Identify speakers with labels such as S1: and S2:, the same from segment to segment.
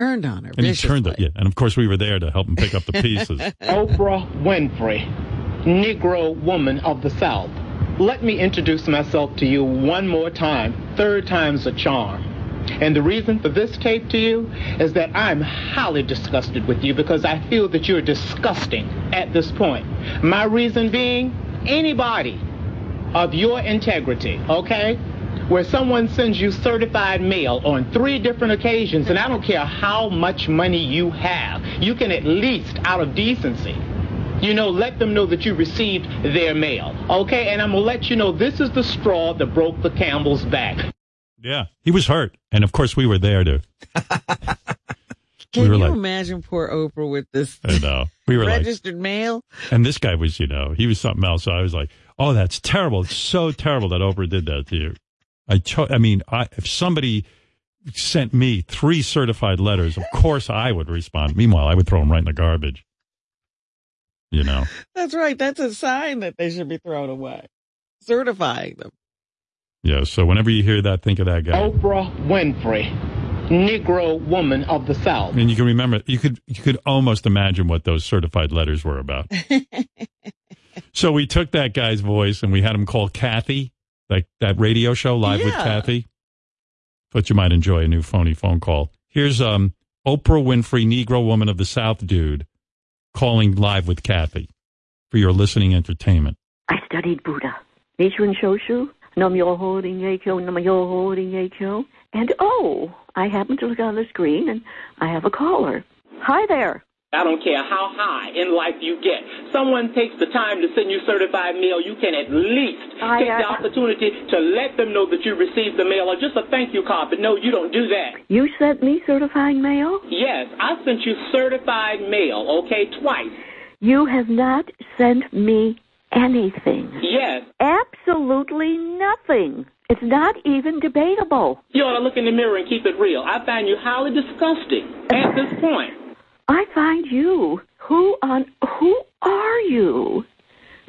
S1: turned on her.
S2: And he turned it,
S1: viciously.
S2: yeah. And of course, we were there to help him pick up the pieces.
S3: Oprah Winfrey, Negro woman of the South. Let me introduce myself to you one more time. Third time's a charm. And the reason for this tape to you is that I'm highly disgusted with you because I feel that you're disgusting at this point. My reason being anybody of your integrity, okay? Where someone sends you certified mail on three different occasions, and I don't care how much money you have, you can at least, out of decency, you know, let them know that you received their mail, okay? And I'm gonna let you know this is the straw that broke the Campbell's back.
S2: yeah, he was hurt, and of course, we were there to.
S1: Can
S2: we were
S1: you
S2: like-
S1: imagine poor Oprah with this
S2: I know. We were like,
S1: registered mail?
S2: and this guy was, you know, he was something else. So I was like, oh, that's terrible. It's so terrible that Oprah did that to you. I, cho- I mean, I, if somebody sent me three certified letters, of course I would respond. Meanwhile, I would throw them right in the garbage. You know.
S1: That's right. That's a sign that they should be thrown away. Certifying them.
S2: Yeah. So whenever you hear that, think of that guy.
S3: Oprah Winfrey, Negro woman of the South.
S2: And you can remember, you could you could almost imagine what those certified letters were about. so we took that guy's voice and we had him call Kathy, like that radio show live with
S1: Yeah.
S2: Kathy. But you might enjoy a new phony phone call. Here's um Oprah Winfrey, Negro woman of the South, dude, calling live with Kathy for your listening entertainment.
S4: I studied Buddha, Nichiren Shoshu, Nam Myoho Renge Kyo, Nam Myoho Renge Kyo. And oh, I happen to look on the screen and I have a caller. Hi there.
S3: I don't care how high in life you get. Someone takes the time to send you certified mail, you can at least
S4: I,
S3: take
S4: uh,
S3: the opportunity to let them know that you received the mail or just a thank you card. But no, you don't do that.
S4: You sent me certifying mail?
S3: Yes, I sent you certified mail, okay, twice.
S4: You have not sent me anything.
S3: Yes.
S4: Absolutely nothing. It's not even debatable.
S3: You ought to look in the mirror and keep it real. I find you highly disgusting at this point.
S4: I find you. Who on who are you?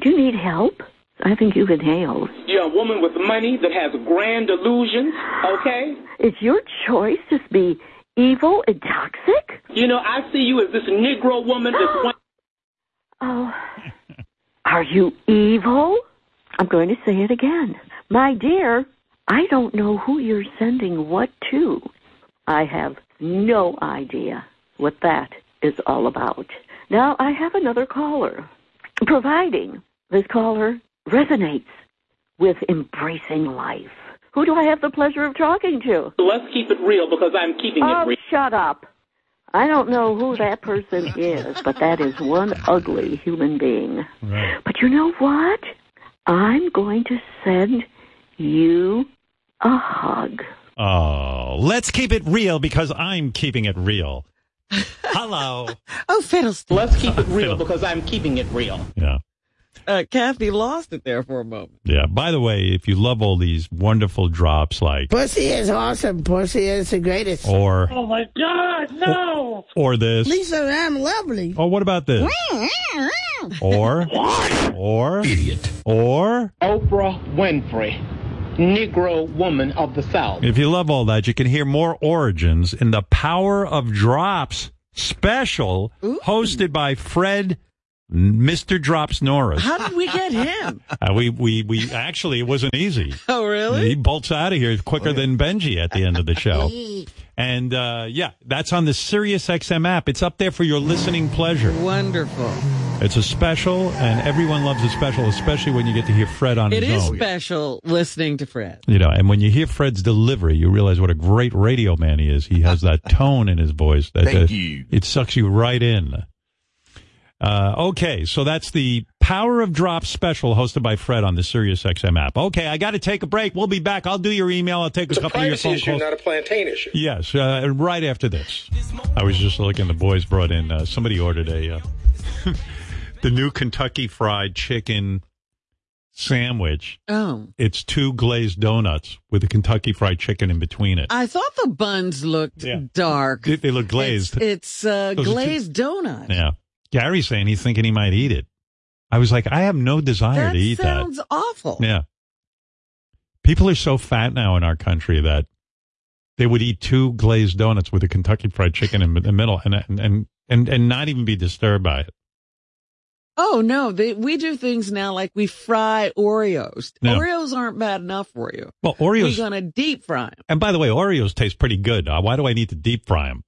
S4: Do you need help? I think you've inhaled.
S3: You're a woman with money that has grand illusions, okay?
S4: It's your choice to be evil and toxic?
S3: You know, I see you as this Negro woman that's one.
S4: Oh. Are you evil? I'm going to say it again. My dear, I don't know who you're sending what to. I have no idea what that is all about. Now, I have another caller, providing this caller resonates with embracing life. Who do I have the pleasure of talking to?
S3: Let's keep it real because I'm keeping it
S4: Oh,
S3: real.
S4: shut up. I don't know who that person is, but that is one ugly human being.
S2: Right.
S4: But you know what? I'm going to send you a hug.
S2: Oh, let's keep it real because I'm keeping it real. Hello.
S1: Oh, fiddlestick.
S3: Let's keep it real
S2: Fiddle.
S3: because I'm keeping it real.
S2: Yeah.
S1: Uh, Kathy lost it there for a moment.
S2: Yeah. By the way, if you love all these wonderful drops like
S5: Pussy is awesome. Pussy is the greatest.
S2: or
S6: Oh my God, no!
S2: or this
S5: Lisa, I'm lovely.
S2: or what about this or or idiot or
S3: Oprah Winfrey, Negro woman of the South.
S2: if you love all that, you can hear more origins in the Power of Drops special hosted by Fred Mr. Drops Norris.
S1: How did we get him?
S2: Uh, we we we actually it wasn't easy.
S1: Oh,
S2: He
S1: really? Oh,
S2: bolts out of here quicker than Benji at the end of the show. and uh, yeah, that's on the Sirius XM app. It's up there for your listening pleasure.
S1: Wonderful.
S2: It's a special, and everyone loves a special, especially when you get to hear Fred on
S1: It
S2: his
S1: is
S2: own.
S1: special listening to Fred.
S2: you know, and when you hear Fred's delivery, you realize what a great radio man he is. He has that tone in his voice that
S7: Thank
S2: uh,
S7: you.
S2: it sucks you right in. Uh, okay, so that's the Power of Drop special hosted by Fred on the Sirius XM app. Okay, I got to take a break. We'll be back. I'll do your email. I'll take
S8: It's
S2: a
S8: a
S2: couple of your
S8: privacy
S2: phone
S8: issue,
S2: calls.
S8: not a plantain issue.
S2: Yes, uh, right after this. I was just looking. The boys brought in. Uh, somebody ordered a uh, the new Kentucky Fried Chicken sandwich.
S1: Oh,
S2: It's two glazed donuts with a Kentucky Fried Chicken in between it.
S1: I thought the buns looked
S2: Yeah.
S1: dark.
S2: They, they look glazed.
S1: It's, it's uh,
S2: Those are two-
S1: glazed donut.
S2: yeah, Gary's saying he's thinking he might eat it. I was like, I have no desire
S1: That
S2: to eat that.
S1: sounds awful.
S2: Yeah. People are so fat now in our country that they would eat two glazed donuts with a Kentucky Fried Chicken in the middle, and and and and, and not even be disturbed by it.
S1: Oh no, they, we do things now like we fry Oreos.
S2: No.
S1: Oreos aren't bad enough for you.
S2: Well,
S1: We're
S2: Oreos,
S1: gonna deep fry them.
S2: and by the way, Oreos taste pretty good. Uh, why do I need to deep fry them?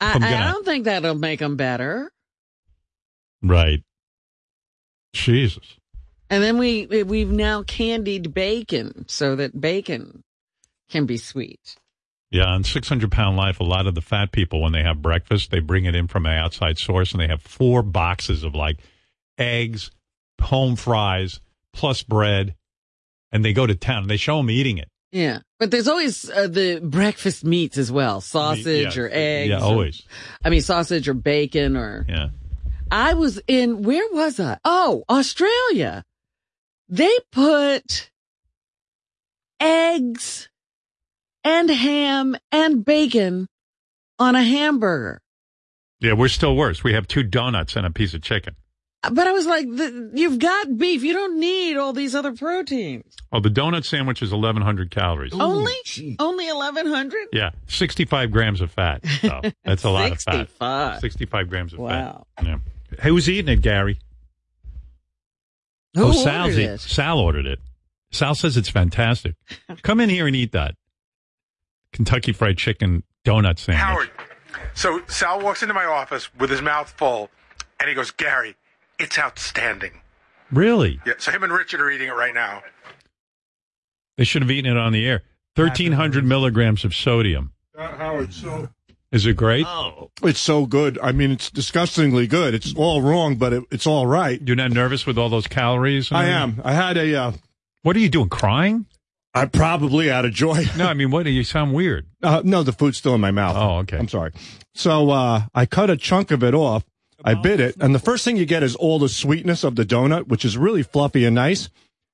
S1: I,
S2: I'm
S1: I
S2: gonna-
S1: don't think that'll make them better.
S2: Right. Jesus.
S1: And then we we've now candied bacon so that bacon can be sweet.
S2: Yeah, on 600 Pound Life, a lot of the fat people, when they have breakfast, they bring it in from an outside source and they have four boxes of like eggs, home fries, plus bread, and they go to town and they show them eating it.
S1: Yeah, but there's always uh, the breakfast meats as well, sausage
S2: Yeah.
S1: or eggs.
S2: Yeah,
S1: or-
S2: always.
S1: I mean, sausage or bacon or.
S2: Yeah.
S1: I was in where was I? Oh, Australia. They put eggs and ham and bacon on a hamburger.
S2: Yeah, we're still worse. We have two donuts and a piece of chicken.
S1: But I was like, the, you've got beef. You don't need all these other proteins.
S2: Oh, the donut sandwich is 1,100 calories.
S1: only, only 1100?
S2: Yeah, 65 grams of fat. So that's a lot of fat.
S1: 65.
S2: 65 grams of
S1: Wow.
S2: fat. Yeah. Who's eating it, Gary?
S1: Who
S2: oh, Sal's
S1: ordered
S2: eat-
S1: this?
S2: Sal ordered it. Sal says it's fantastic. Come in here and eat that Kentucky Fried Chicken donut sandwich.
S7: Howard. So Sal walks into my office with his mouth full, and he goes, "Gary, it's outstanding."
S2: Really?
S7: Yeah. So him and Richard are eating it right now.
S2: They should have eaten it on the air. 1,300 milligrams of sodium.
S9: Howard, so
S2: Is it great?
S9: Oh. it's so good. I mean, it's disgustingly good. It's all wrong, but it, it's all right.
S2: You're not nervous with all those calories? and
S9: I
S2: everything?
S9: am. I had a. Uh,
S2: What are you doing? Crying?
S9: I probably out of joy.
S2: No, I mean, what? You sound weird.
S9: Uh, no, the food's still in my mouth.
S2: Oh, okay.
S9: I'm sorry. So uh, I cut a chunk of it off. I bit it, and the first thing you get is all the sweetness of the donut, which is really fluffy and nice.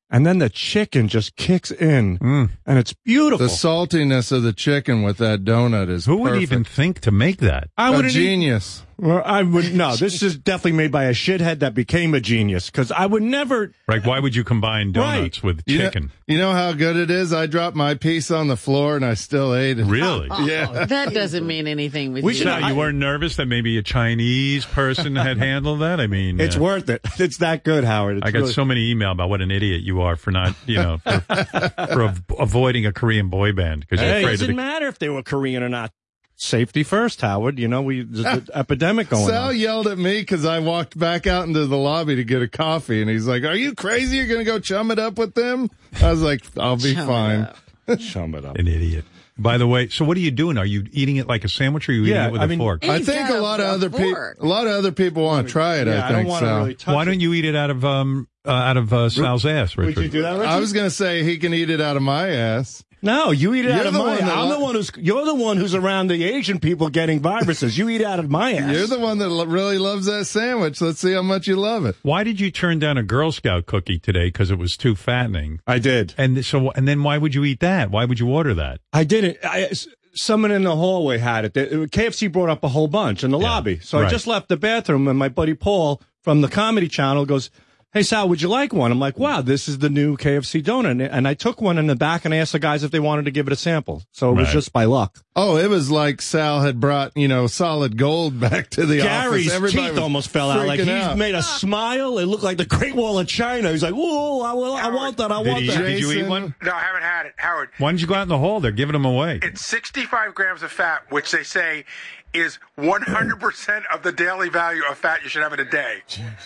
S9: And then the chicken just kicks in,
S2: Mm.
S9: and it's
S10: The
S9: beautiful.
S10: saltiness of the chicken with that donut is
S2: Who would even
S10: perfect.
S2: think to make that? e-
S9: I
S10: a
S9: wouldn't. eat-
S10: genius.
S9: well, I would no. This is definitely made by a shithead that became a genius because I would never.
S2: Right? Why would you combine donuts
S9: Right.
S2: with
S10: You know-
S2: chicken?
S10: You know, how good it is. I dropped my piece on the floor and I still ate it.
S2: Really?
S10: Yeah.
S1: Oh. That doesn't mean anything with
S9: We
S1: you.
S9: should-
S2: So
S9: I-
S2: you weren't nervous that maybe a Chinese person had handled that? I mean,
S9: It's
S2: uh,
S9: worth it. It's that good, Howard. It's
S2: I got
S9: really-
S2: so many email about what an idiot you are for not, you know, for, for av- avoiding a Korean boy band because you're
S9: Hey, it
S2: afraid of
S9: doesn't
S2: the.
S9: matter if they were Korean or not. Safety first, Howard. You know we there's an epidemic going
S10: Sal
S9: on.
S10: yelled at me because I walked back out into the lobby to get a coffee, and he's like, "Are you crazy? You're gonna go chum it up with them?" I was like, "I'll be
S1: Chum it
S10: fine."
S1: up.
S9: Sum it up.
S2: An idiot. By the way, so what are you doing? Are you eating it like a sandwich or are you eating
S9: Yeah,
S2: it with a
S9: I mean-
S2: fork?
S1: He's
S10: I think
S1: got a-
S10: a lot of
S1: a
S10: other people,
S1: fork.
S10: a lot of other people want to try it.
S9: Yeah, I,
S10: I think
S9: don't want to
S10: so.
S9: really touch
S2: Why don't you eat it out of um uh, out of uh, Sal's ass,
S9: it. Would
S2: Richard?
S9: you do that, Richard?
S10: I was gonna say he can eat it out of my ass.
S9: no, you eat it
S10: You're
S9: out of
S10: the
S9: my.
S10: one that
S9: I'm
S10: li-
S9: the one who's. You're the one who's around the Asian people getting viruses. You eat out of my ass.
S10: You're the one that lo- really loves that sandwich. Let's see how much you love it.
S2: Why did you turn down a Girl Scout cookie today because it was too fattening?
S9: I did.
S2: And so and then why would you eat that? Why would you order that?
S9: I didn't. I s someone in the hallway had it. They- KFC brought up a whole bunch in the
S2: Yeah,
S9: lobby. So I
S2: right.
S9: just left the bathroom, and my buddy Paul from the Comedy Channel goes, "Hey Sal, would you like one?" I'm like, "Wow, this is the new KFC donut." And- And I took one in the back and I asked the guys if they wanted to give it a sample. So it was
S2: Right.
S9: just by luck.
S10: Oh, it was like Sal had brought you know solid gold back to the
S9: Gary's
S10: office. Everybody
S9: teeth
S10: was
S9: almost fell out. Like
S10: freaking
S9: he
S10: out.
S9: made a smile. It looked like the Great Wall of China. He's like, "Whoa, I, will, I want that. I
S2: Did,
S9: want
S2: he-
S9: that."
S2: did you eat
S10: Jason.
S2: one?
S7: No, I haven't had it, Howard.
S2: Why didn't you go out in the hall? They're giving them away.
S7: It's 65 grams of fat, which they say is 100% of the daily value of fat you should have in a day.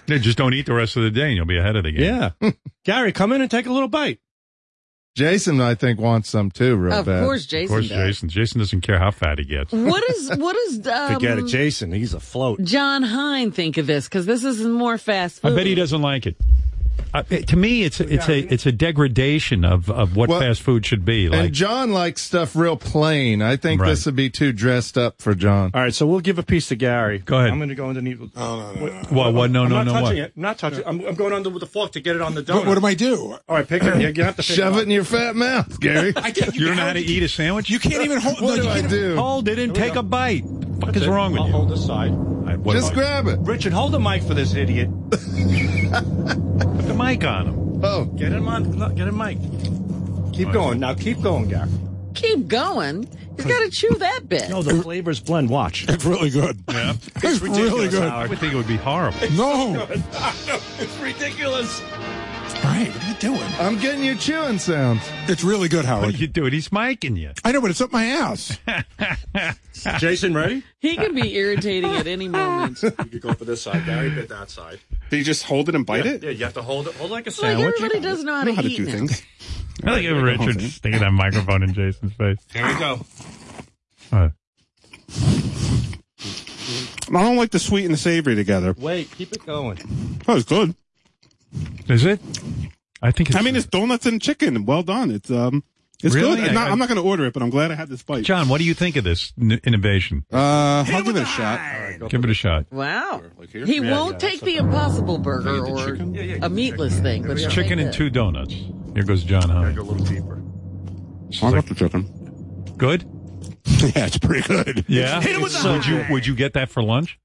S2: They just don't eat the rest of the day and you'll be ahead of the game.
S9: Yeah, Gary, come in and take a little bite.
S10: Jason, I think, wants some too, real
S1: Of
S10: bad.
S1: course,
S2: Of
S1: Jason.
S2: course,
S1: does.
S2: Jason. Jason doesn't care how fat he gets.
S1: What is what is um,
S9: Forget it, Jason. He's afloat.
S1: John Hine think of this? Because this is more fast
S2: I
S1: food.
S2: bet he doesn't like it. I, it- to me, it's it's a it's a degradation of, of what
S10: Well,
S2: fast food should be. Like
S10: and John likes stuff real plain. I think
S2: Right.
S10: this would be too dressed up for John.
S9: All right, so we'll give a piece to Gary.
S2: Go ahead.
S9: I'm going to go underneath.
S11: No, no, no.
S2: what? What? No,
S9: I'm
S2: no,
S9: not
S2: no. What?
S9: touching it. I'm not touching. it. I'm, I'm going under with the fork to get it on the donut.
S11: What, what do I do?
S9: All right, pick it. You, you have to pick
S10: Shove
S9: up.
S10: it in your fat mouth, Gary.
S11: I can't,
S2: You don't know how to eat a sandwich.
S11: You can't even hold. no,
S10: what do
S11: you
S10: I
S11: can't-
S10: do?
S2: Hold it and take a bite. What is
S9: That's it.
S2: wrong with
S9: I'll
S2: you?
S9: hold this side.
S2: I- what-
S10: Just grab it.
S9: Richard, hold the mic for this idiot.
S2: Put the mic on him.
S10: Oh,
S9: Get him on. no, Get him, Mike. Keep going. Now keep going, Gary.
S1: keep going. He's got to chew that bit.
S8: No, the flavors blend. Watch.
S12: It's really good.
S2: Yeah.
S12: It's really good.
S2: I would think it would be horrible.
S11: Oh.
S12: No.
S2: it's ridiculous.
S12: All right, what are you doing?
S10: I'm getting your chewing sounds.
S12: It's really good,
S2: What
S12: Howard.
S2: are you doing? He's miking you.
S12: I know, but it's up my ass.
S8: Jason, ready?
S1: He could be irritating at any moment.
S13: You could go for this side, Barry, but that side.
S14: Did you just hold it and bite
S13: yeah,
S14: it?
S13: Yeah, you have to hold it, hold it like a
S1: like
S13: sandwich.
S1: everybody doesn't know how
S14: I
S1: to,
S14: know how to
S1: eat
S14: do
S1: now.
S14: things.
S2: I like if Richard's sticking that microphone in Jason's face.
S13: There we go.
S2: Uh,
S14: I don't like the sweet and the savory together.
S13: Wait, keep it going.
S14: Oh, it's good.
S2: is it? I think it's.
S14: I mean, it's donuts and chicken. Well done. It's um, it's
S2: Really?
S14: good. I'm not,
S2: I-
S14: I'm not going to order it, but I'm glad I had this bite.
S2: John, what do you think of this n- innovation?
S14: Uh, I'll give it a shot.
S2: Give it a shot.
S1: Wow.
S13: Like here?
S1: He
S13: Yeah,
S1: won't
S13: yeah,
S1: take the impossible burger or a meatless thing. But he'll
S2: Chicken
S1: take
S2: and
S1: the-
S2: two donuts. Here goes John Hunt.
S13: Go a little deeper.
S10: Oh,
S14: I got the chicken.
S2: Good.
S14: yeah, it's pretty good.
S2: Yeah. would you would you get that for lunch?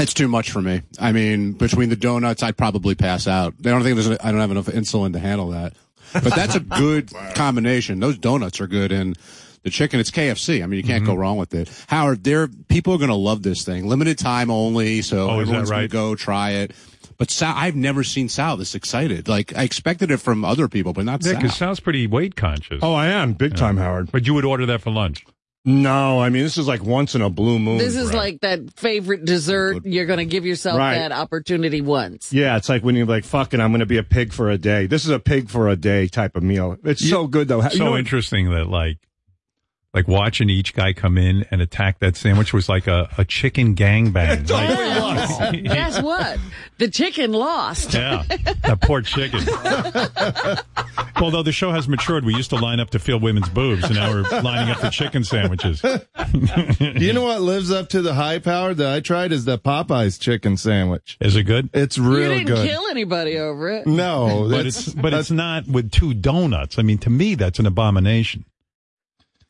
S14: It's too much for me. I mean, between the donuts, I'd probably pass out. I don't think there's. I don't have enough insulin to handle that. But that's a good combination. Those donuts are good, and the chicken. It's KFC. I mean, you can't
S2: Mm-hmm.
S14: go wrong with it. Howard, there people are going to love this thing. Limited time only, so
S2: Oh, is that
S14: everyone's
S2: right?
S14: going to go try it. But Sal, I've never seen Sal this excited. Like I expected it from other people, but not
S2: Yeah,
S14: Sal.
S2: because Sal's pretty weight conscious.
S8: Oh, I am big time, Howard.
S2: But you would order that for lunch.
S8: No, I mean this is like once in a blue moon.
S1: This is like that favorite dessert. You're going to give yourself
S8: Right.
S1: that opportunity once.
S8: Yeah, it's like when you're like, fucking, I'm going to be a pig for a day. This is a pig for a day type of meal. It's so good though. You
S2: so
S8: know what-
S2: interesting that like like watching each guy come in and attack that sandwich was like a, a chicken gangbang. Like,
S1: Guess what? The chicken lost.
S2: yeah. That poor chicken. Although the show has matured, we used to line up to feel women's boobs, and now we're lining up for chicken sandwiches.
S10: you know what lives up to the high power that I tried is the Popeyes chicken sandwich.
S2: Is it good?
S10: It's
S1: you
S10: real
S1: didn't
S10: good.
S1: kill anybody over it.
S10: no,
S2: But
S10: that's-
S2: it's but it's not with two donuts. I mean, to me, that's an abomination.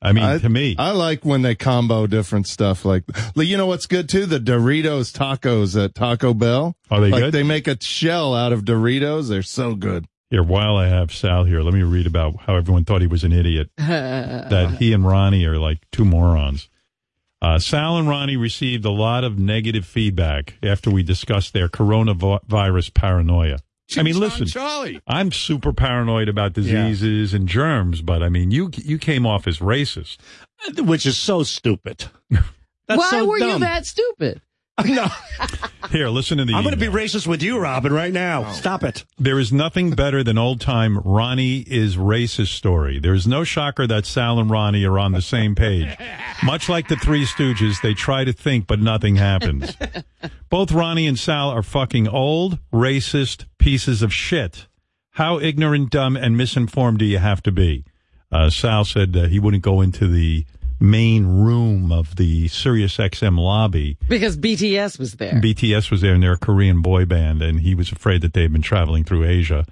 S2: I mean,
S10: I,
S2: to me,
S10: I like when they combo different stuff like, like, you know what's good too? The Doritos tacos at Taco Bell.
S2: Are they
S10: like
S2: good?
S10: They make a shell out of Doritos. They're so good.
S2: Here, while I have Sal here, let me read about how everyone thought he was an idiot. that he and Ronnie are like two morons. Uh, Sal and Ronnie received a lot of negative feedback after we discussed their coronavirus paranoia. I mean, listen,
S14: Charlie.
S2: I'm super paranoid about diseases and germs, but I mean, you you came off as racist.
S8: which is so stupid. That's
S1: Why
S8: so
S1: were you
S8: dumb.
S1: that stupid?
S8: No,
S2: Here, listen to the.
S8: I'm going to be
S2: email.
S8: racist with you, Robin, right now. Stop it.
S2: There is nothing better than old time Ronnie is racist story. There is no shocker that Sal and Ronnie are on the same page. Much like the Three Stooges, they try to think, but nothing happens. Both Ronnie and Sal are fucking old, racist pieces of shit. How ignorant, dumb, and misinformed do you have to be? Uh, Sal said uh, he wouldn't go into the main room of the Sirius XM lobby
S1: Because BTS was there.
S2: BTS was there and they're a Korean boy band, and he was afraid that they'd been traveling through Asia.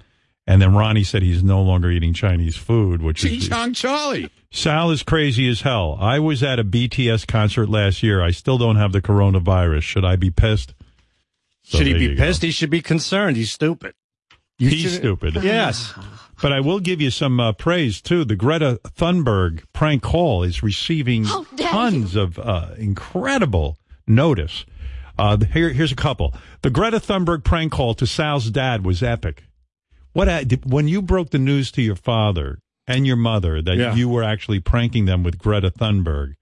S2: And then Ronnie said he's no longer eating Chinese food, which
S14: Ching
S2: is
S14: Chong Charlie.
S2: Sal is crazy as hell. I was at a BTS concert last year. I still don't have the coronavirus. Should I be pissed? So
S9: should he
S2: there
S9: be
S2: you go.
S9: pissed? He should be concerned. He's stupid.
S2: He's stupid.
S9: Yes.
S2: But I will give you some uh, praise too. The Greta Thunberg prank call is receiving tons of uh, incredible notice. Uh, here, here's a couple. The Greta Thunberg prank call to Sal's dad was epic. What I, did, when you broke the news to your father and your mother that
S8: Yeah.
S2: you were actually pranking them with Greta Thunberg,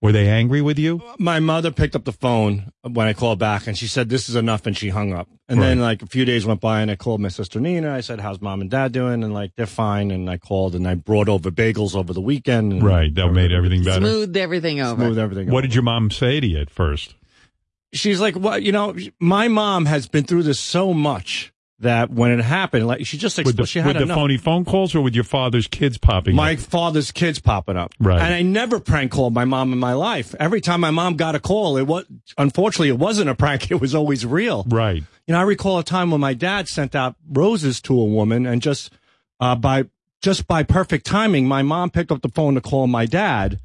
S2: were they angry with you?
S9: My mother picked up the phone when I called back and she said, This is enough. And she hung up. And then, like, a few days went by and I called my sister Nina. I said, How's mom and dad doing? And, like, they're fine. And I called and I brought over bagels over the weekend. And
S2: Right, that made everything better.
S1: Smoothed everything over.
S9: Smoothed everything
S2: What did your mom say to you at first?
S9: she's like, well, you know, my mom has been through this so much that when it happened, like she just
S2: with the,
S9: expl- she had
S2: with the
S9: enough.
S2: phony phone calls or with your father's kids popping?
S9: my
S2: up?
S9: father's kids popping up,
S2: Right.
S9: And I never prank called my mom in my life. Every time my mom got a call, it was unfortunately it wasn't a prank; it was always real.
S2: right.
S9: You know, I recall a time when my dad sent out roses to a woman, and just uh, by just by perfect timing, my mom picked up the phone to call my dad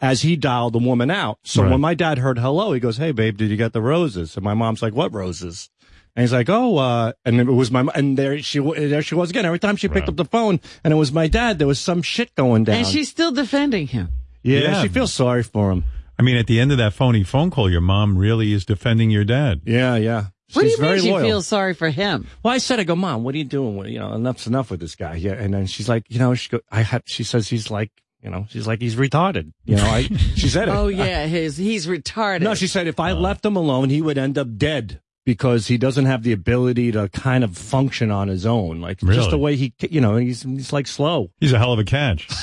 S9: as he dialed the woman out. So
S2: Right.
S9: when my dad heard hello, he goes, "Hey, babe, did you get the roses?" And my mom's like, "What roses?" And he's like, "Oh," uh, and it was my mo- and there she wa- there she was again. Every time she picked up the phone, and it was my dad. There was some shit going down.
S1: And she's still defending him.
S9: yeah, she feels sorry for him.
S2: I mean, at the end of that phony phone call, your mom really is defending your dad.
S9: Yeah, yeah.
S1: What do
S9: She's
S1: you mean
S9: very
S1: she
S9: loyal.
S1: feels sorry for him?
S9: Well, I said, I go, mom, what are you doing? What, you know, enough's enough with this guy. Yeah. And then she's like, you know, she go, I had, she says he's like, you know, she's like, he's retarded. You know, I, she said it.
S1: Oh yeah, his he's retarded.
S9: No, she said if
S1: Oh.
S9: I left him alone, he would end up dead because he doesn't have the ability to kind of function on his own. Like
S2: Really?
S9: just the way he, you know, he's, he's like slow.
S2: He's a hell of a catch.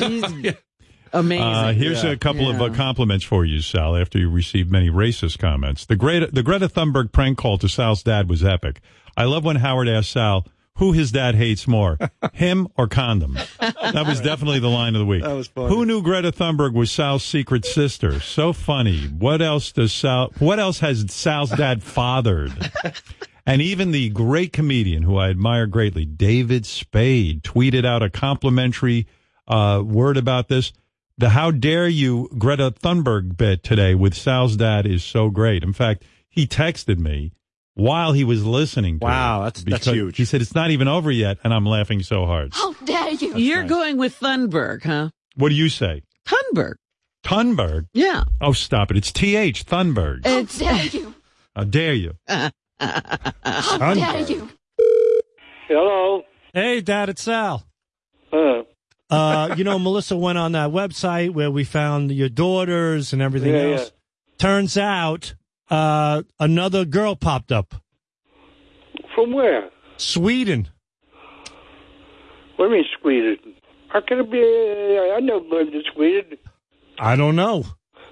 S1: amazing.
S2: Uh, here's a couple of uh, compliments for you, Sal. After you received many racist comments, the Greta, the Greta Thunberg prank call to Sal's dad was epic. I love when Howard asked Sal who his dad hates more, him or condom. That was definitely the line of the week. That was funny. Who knew Greta Thunberg was Sal's secret sister? So funny. What else does Sal? What else has Sal's dad fathered? And even the great comedian who I admire greatly, David Spade, tweeted out a complimentary uh, word about this. The "How dare you, Greta Thunberg" bit today with Sal's dad is so great. In fact, he texted me while he was listening. To
S9: Wow,
S2: it
S9: that's- that's
S2: because
S9: huge.
S2: He said it's not even over yet, and I'm laughing so hard.
S1: How dare you? You're going with Thunberg, huh?
S2: What do you say,
S1: Thunberg.
S2: Thunberg?
S1: Yeah.
S2: Oh, stop it! It's T H Thunberg.
S1: It's, How dare you?
S2: How dare you?
S1: How
S2: Thunberg.
S1: you?
S15: Hello.
S9: Hey, Dad, it's Sal.
S15: Uh,
S9: Uh, you know, Melissa went on that website where we found your daughters and everything
S15: Yeah,
S9: else.
S15: yeah.
S9: Turns out, uh, another girl popped up.
S15: from where?
S9: Sweden.
S15: What do you mean, Sweden? How can it be? I never lived in Sweden.
S9: I don't know.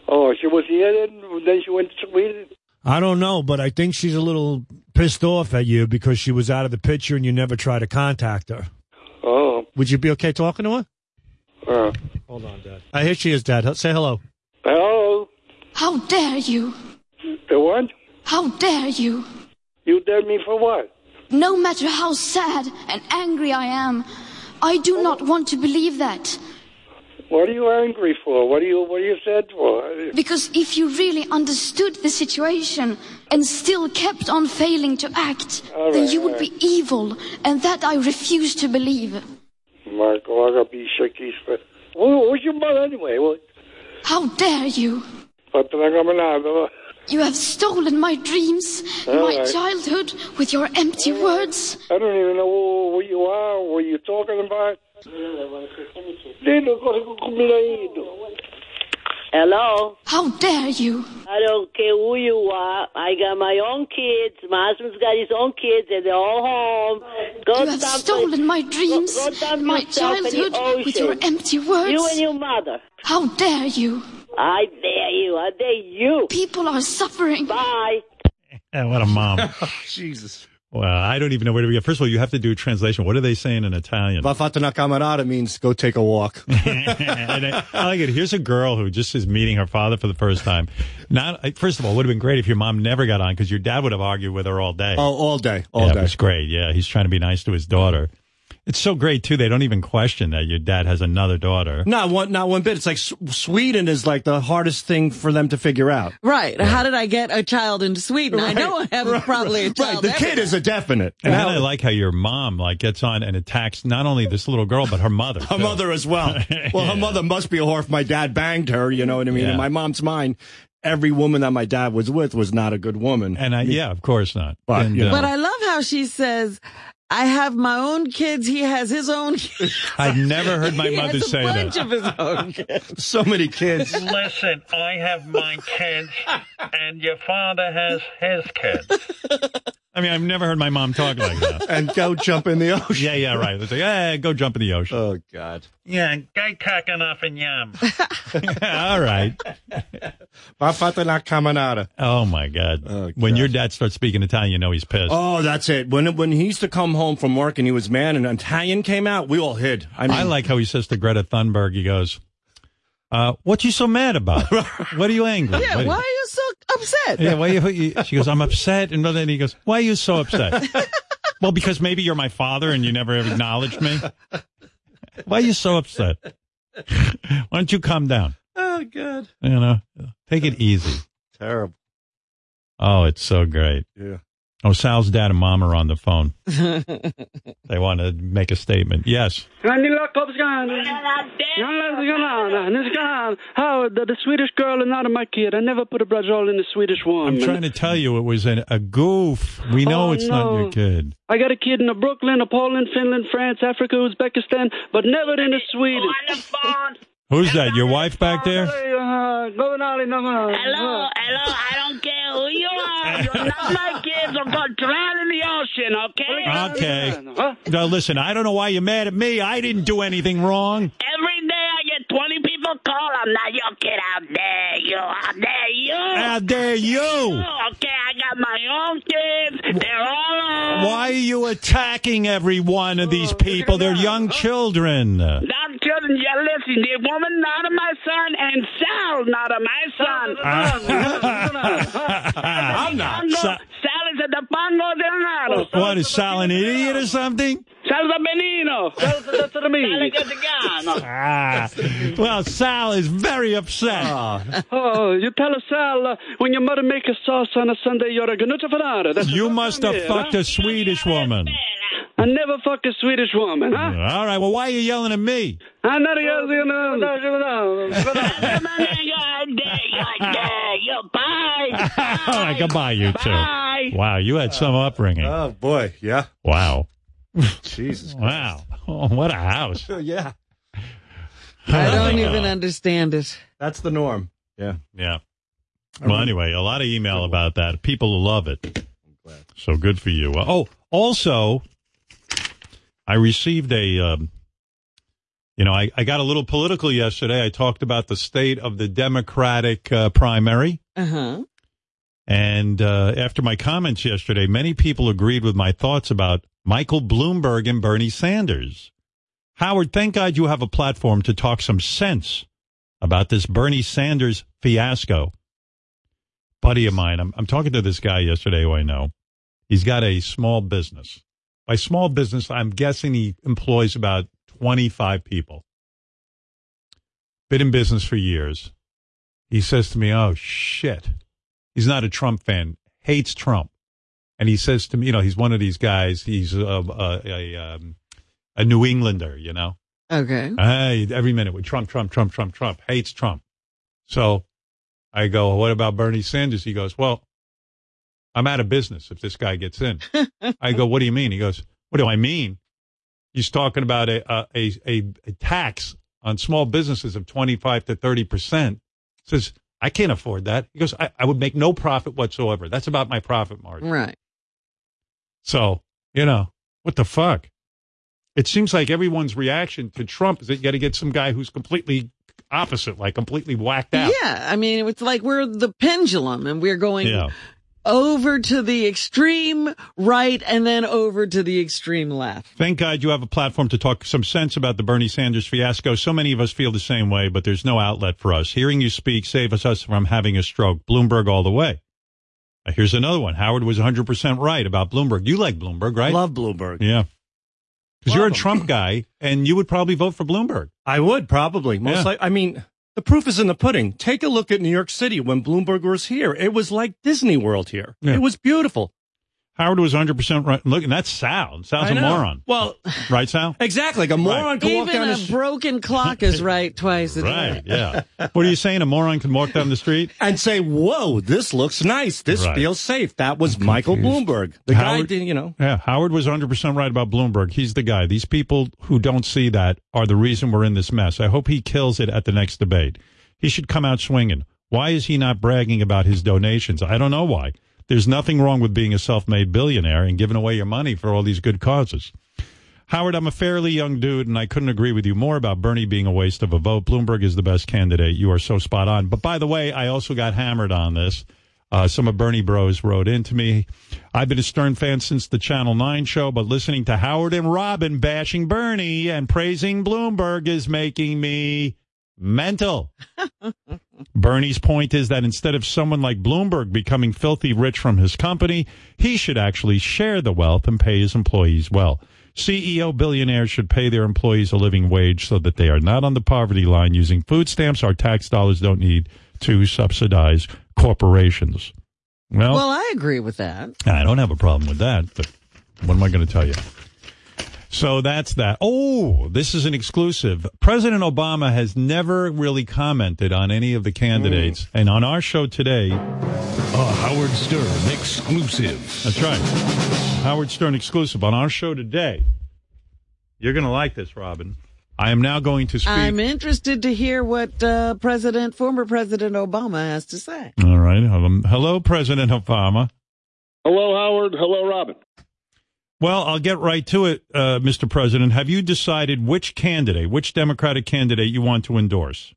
S15: Oh, she was here then, then she went to Sweden?
S9: I don't know, but I think she's a little pissed off at you because she was out of the picture and you never tried to contact her.
S15: Oh,
S9: Would you be okay talking to her?
S15: uh,
S9: Hold on, Dad. Uh, here she is, Dad. H- Say hello.
S15: hello?
S16: How dare you?
S15: The what?
S16: How dare you?
S15: You dare me for what?
S16: No matter how sad and angry I am, I do not want to believe that.
S15: What are you angry for? What are you, what are you sad for?
S16: Because if you really understood the situation and still kept on failing to act,
S15: All
S16: then
S15: right,
S16: you
S15: all
S16: would be
S15: right.
S16: evil, and that I refuse to believe.
S15: My God, I gotta be shaky. Who, who's your mother anyway? What?
S16: How dare you?
S15: But then I'm an animal.
S16: You have stolen my dreams,
S15: All
S16: my
S15: right.
S16: childhood, with your empty words.
S15: I don't even know who, who you are, what you're talking about.
S17: Hello.
S16: How dare you?
S17: I don't care who you are. I got my own kids. My husband's got his own kids, and they're all home. Go
S16: you have
S17: dump
S16: stolen my dreams,
S17: go dump
S16: my
S17: yourself in the
S16: childhood, with your
S17: ocean.
S16: empty words.
S17: You and your mother.
S16: How dare you?
S17: I dare you. I dare you.
S16: People are suffering.
S17: Bye.
S2: Yeah, Eh, what a mom.
S9: Jesus.
S2: Well, I don't even know where to begin. First of all, you have to do a translation. What are they saying in Italian?
S9: Vaffate una camarada means go take a walk.
S2: and I, I like it. Here's a girl who just is meeting her father for the first time. Not I- first of all, it would have been great if your mom never got on because your dad would have argued with her all day.
S9: Oh, all day, all
S2: yeah,
S9: day.
S2: It was great. Yeah, he's trying to be nice to his daughter. It's so great too. They don't even question that your dad has another daughter.
S9: Not one, not one bit. It's like S- Sweden is like the hardest thing for them to figure out.
S1: Right. How did I get a child into Sweden? I know I have probably a child. everywhere.
S9: is a definite.
S2: And then I like how your mom like gets on and attacks not only this little girl but her mother.
S9: Her mother as well. Well, her mother must be a whore if my dad banged her. You know what I mean?
S2: Yeah.
S9: In my mom's mind, every woman that my dad was with was not a good woman.
S2: And I, yeah, of course not. uh,
S9: But, you know,
S1: But I love how she says, "I have my own kids. He has his own." kids."
S2: I've never heard my
S1: He
S2: mother
S1: has a
S2: say
S1: bunch
S2: that.
S1: of his own kids.
S9: so many kids.
S18: Listen, I have my kids, and your father has his kids.
S2: I mean, I've never heard my mom talk like that.
S9: and go jump in the ocean.
S2: Yeah, yeah, right. It's like, yeah, go jump in the ocean.
S9: Oh God.
S18: Yeah, guy cocking off and yum.
S2: All right.
S9: Vaffate una camarada.
S2: Oh my God. when your dad starts speaking Italian, you know he's pissed.
S9: Oh, that's it. When when he used to come home from work and he was mad and Italian came out, we all hid. I
S2: I,
S9: mean,
S2: like how he says to Greta Thunberg, he goes, uh, what you so mad about? what are you angry?
S1: Yeah.
S2: What-
S1: Why are you so upset?
S2: Yeah, why you, you- she goes, I'm upset. And then he goes, why are you so upset? well, because maybe you're my father and you never acknowledged me. Why are you so upset? why don't you calm down?
S9: oh God,
S2: You know, take it easy.
S9: terrible.
S2: Oh, it's so great.
S9: Yeah.
S2: Oh, Sal's dad and mom are on the phone. they want to make a statement. Yes.
S19: And you look upscan.
S6: er
S19: er How the, the Swedish girl is not my kid. I never put a brajol in the Swedish one.
S2: I'm trying to tell you it was an, a goof. We know
S19: Oh,
S2: it's not
S19: no.
S2: your kid.
S19: I got a kid in a Brooklyn, a Poland, Finland, France, Africa, Uzbekistan, but never in the Sweden.
S2: Who's that? Your wife back there?
S19: uh, Hello,
S6: hello. I don't care who you are. You're not my kids. I'm gonna drown in the ocean. Okay.
S2: Okay. Now listen, I don't know why you're mad at me. I didn't do anything wrong.
S6: Every day I get 20 people call. I'm not your kid. How dare you? How dare you?
S2: How dare you?
S6: Oh, Okay, I got my own kids. They're all on.
S2: Why are you attacking every one of these people? They're young children.
S6: Not children. Yeah, listen. The woman not of my son and Sal not of my son.
S2: Ah. I'm not. Sa-
S6: Sal is a tapango de Leonardo.
S2: What is Sal an idiot or something?
S6: Sal's a Benino. Sal's a
S2: Ah, well, Sal is very upset. Ah.
S19: Oh, you tell us, Sal, uh, when your mother make a sauce on a Sunday, you're a ganuta fanara. That's
S2: You
S19: what
S2: must
S19: I'm
S2: have
S19: here,
S2: fucked
S19: huh?
S2: a Swedish woman.
S19: I never fucked a Swedish woman, huh?
S2: All right, well, why are you yelling at me?
S19: I'm not a Yazoo.
S2: All right, goodbye, you two.
S6: Bye.
S2: Wow, you had some upbringing.
S8: Oh boy, yeah.
S2: Wow.
S8: Jesus.
S2: Wow. Oh, what a house.
S8: yeah.
S1: I don't
S2: Yeah.
S1: even understand it.
S8: That's the norm. Yeah.
S2: Yeah. Well, anyway, a lot of email about that. People love it. So good for you. Uh, oh, also, I received a, um, you know, I, I got a little political yesterday. I talked about the state of the Democratic uh, primary.
S1: Uh huh.
S2: And uh, after my comments yesterday, many people agreed with my thoughts about Michael Bloomberg and Bernie Sanders. Howard, thank God you have a platform to talk some sense about this Bernie Sanders fiasco. Buddy of mine, I'm, I'm talking to this guy yesterday who I know. He's got a small business. By small business, I'm guessing he employs about 25 people. Been in business for years. He says to me, Oh, shit. He's not a Trump fan, hates Trump. And he says to me, You know, he's one of these guys. He's a, a, a, um, a New Englander, you know?
S1: Okay.
S2: Hey, every minute with Trump, Trump, Trump, Trump, Trump, hates Trump. So I go, what about Bernie Sanders? He goes, well, I'm out of business if this guy gets in. I go, what do you mean? He goes, what do I mean? He's talking about a, a, a, a, a tax on small businesses of 25 to 30 percent. Says, I can't afford that. He goes, I, I would make no profit whatsoever. That's about my profit margin.
S1: Right.
S2: So, you know, what the fuck? It seems like everyone's reaction to Trump is that you got to get some guy who's completely opposite, like completely whacked out.
S1: Yeah. I mean, it's like we're the pendulum and we're going
S2: Yeah.
S1: over to the extreme right and then over to the extreme left.
S2: Thank God you have a platform to talk some sense about the Bernie Sanders fiasco. So many of us feel the same way, but there's no outlet for us. Hearing you speak saves us, us from having a stroke. Bloomberg all the way. Uh, Here's another one. Howard was 100% right about Bloomberg. You like Bloomberg, right?
S9: Love Bloomberg.
S2: Yeah. Because you're a Trump guy and you would probably vote for Bloomberg.
S9: I would probably. Most
S2: Yeah.
S9: like, I mean, the proof is in the pudding. Take a look at New York City when Bloomberg was here. It was like Disney World here.
S2: Yeah.
S9: It was beautiful.
S2: Howard was 100% right. Look, and that's Sal. Sal's
S9: I
S2: a
S9: know.
S2: moron.
S9: Well,
S2: Right, Sal?
S9: exactly. Like a moron
S2: Right.
S9: could walk
S1: Even
S9: down
S1: a
S9: the street
S1: broken clock is right twice a day.
S2: Right, yeah. what are you saying? A moron can walk down the street?
S9: and say, "Whoa, this looks nice. This
S2: Right.
S9: feels safe." That was Michael Bloomberg. The guy did, you know.
S2: Yeah, Howard was 100% right about Bloomberg. He's the guy. These people who don't see that are the reason we're in this mess. I hope he kills it at the next debate. He should come out swinging. Why is he not bragging about his donations? I don't know why. There's nothing wrong with being a self made billionaire and giving away your money for all these good causes. Howard, I'm a fairly young dude, and I couldn't agree with you more about Bernie being a waste of a vote. Bloomberg is the best candidate. You are so spot on. But by the way, I also got hammered on this. Uh, some of Bernie Bros wrote into me. I've been a Stern fan since the Channel 9 show, but listening to Howard and Robin bashing Bernie and praising Bloomberg is making me mental. Bernie's point is that instead of someone like Bloomberg becoming filthy rich from his company, he should actually share the wealth and pay his employees well. CEO billionaires should pay their employees a living wage so that they are not on the poverty line using food stamps our tax dollars don't need to subsidize corporations. Well,
S1: Well, I agree with that.
S2: I don't have a problem with that, but what am I going to tell you? So that's that. Oh, this is an exclusive. President Obama has never really commented on any of the candidates. And on our show today, Mm. a Howard Stern exclusive. That's right. Howard Stern exclusive. On our show today, you're going to like this, Robin. I am now going to speak.
S1: I'm interested to hear what uh, President, former President Obama has to say.
S2: All right. Um, hello, President Obama.
S20: Hello, Howard. Hello, Robin.
S2: Well, I'll get right to it, uh, Mr. President. Have you decided which candidate, which Democratic candidate you want to endorse?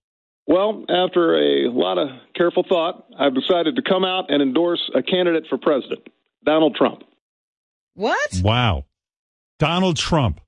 S20: Well, after a lot of careful thought, I've decided to come out and endorse a candidate for president, Donald Trump.
S1: What?
S2: Wow. Donald Trump.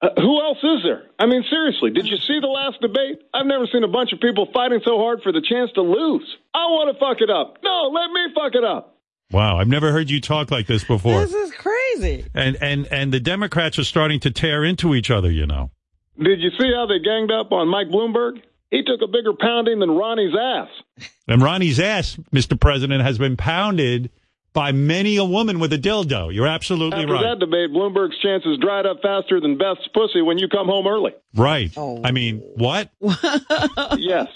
S20: Uh, who else is there? I mean, seriously, did you see the last debate? I've never seen a bunch of people fighting so hard for the chance to lose. I want to fuck it up. No, let me fuck it up.
S2: Wow. I've never heard you talk like this before.
S1: This is crazy.
S2: And, and, and the Democrats are starting to tear into each other, you know.
S20: Did you see how they ganged up on Mike Bloomberg? He took a bigger pounding than Ronnie's ass.
S2: And Ronnie's ass, Mr. President, has been pounded by many a woman with a dildo. You're absolutely
S20: After
S2: right.
S20: Uh, that debate, Bloomberg's chances dried up faster than Beth's pussy when you come home early.
S2: Right. I mean, what?
S20: yes.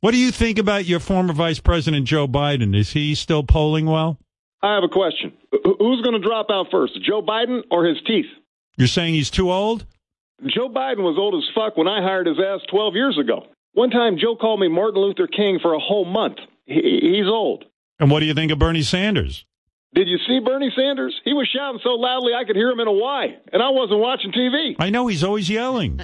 S2: What do you think about your former Vice President Joe Biden? Is he still polling well?
S20: I have a question. Wh- Who's going to drop out first, Joe Biden or his teeth?
S2: You're saying he's too old?
S20: Joe Biden was old as fuck when I hired his ass 12 years ago. One time, Joe called me Martin Luther King for a whole month. He- he's old.
S2: And what do you think of Bernie Sanders?
S20: Did you see Bernie Sanders? He was shouting so loudly I could hear him in a Y, and I wasn't watching TV.
S2: I know he's always yelling.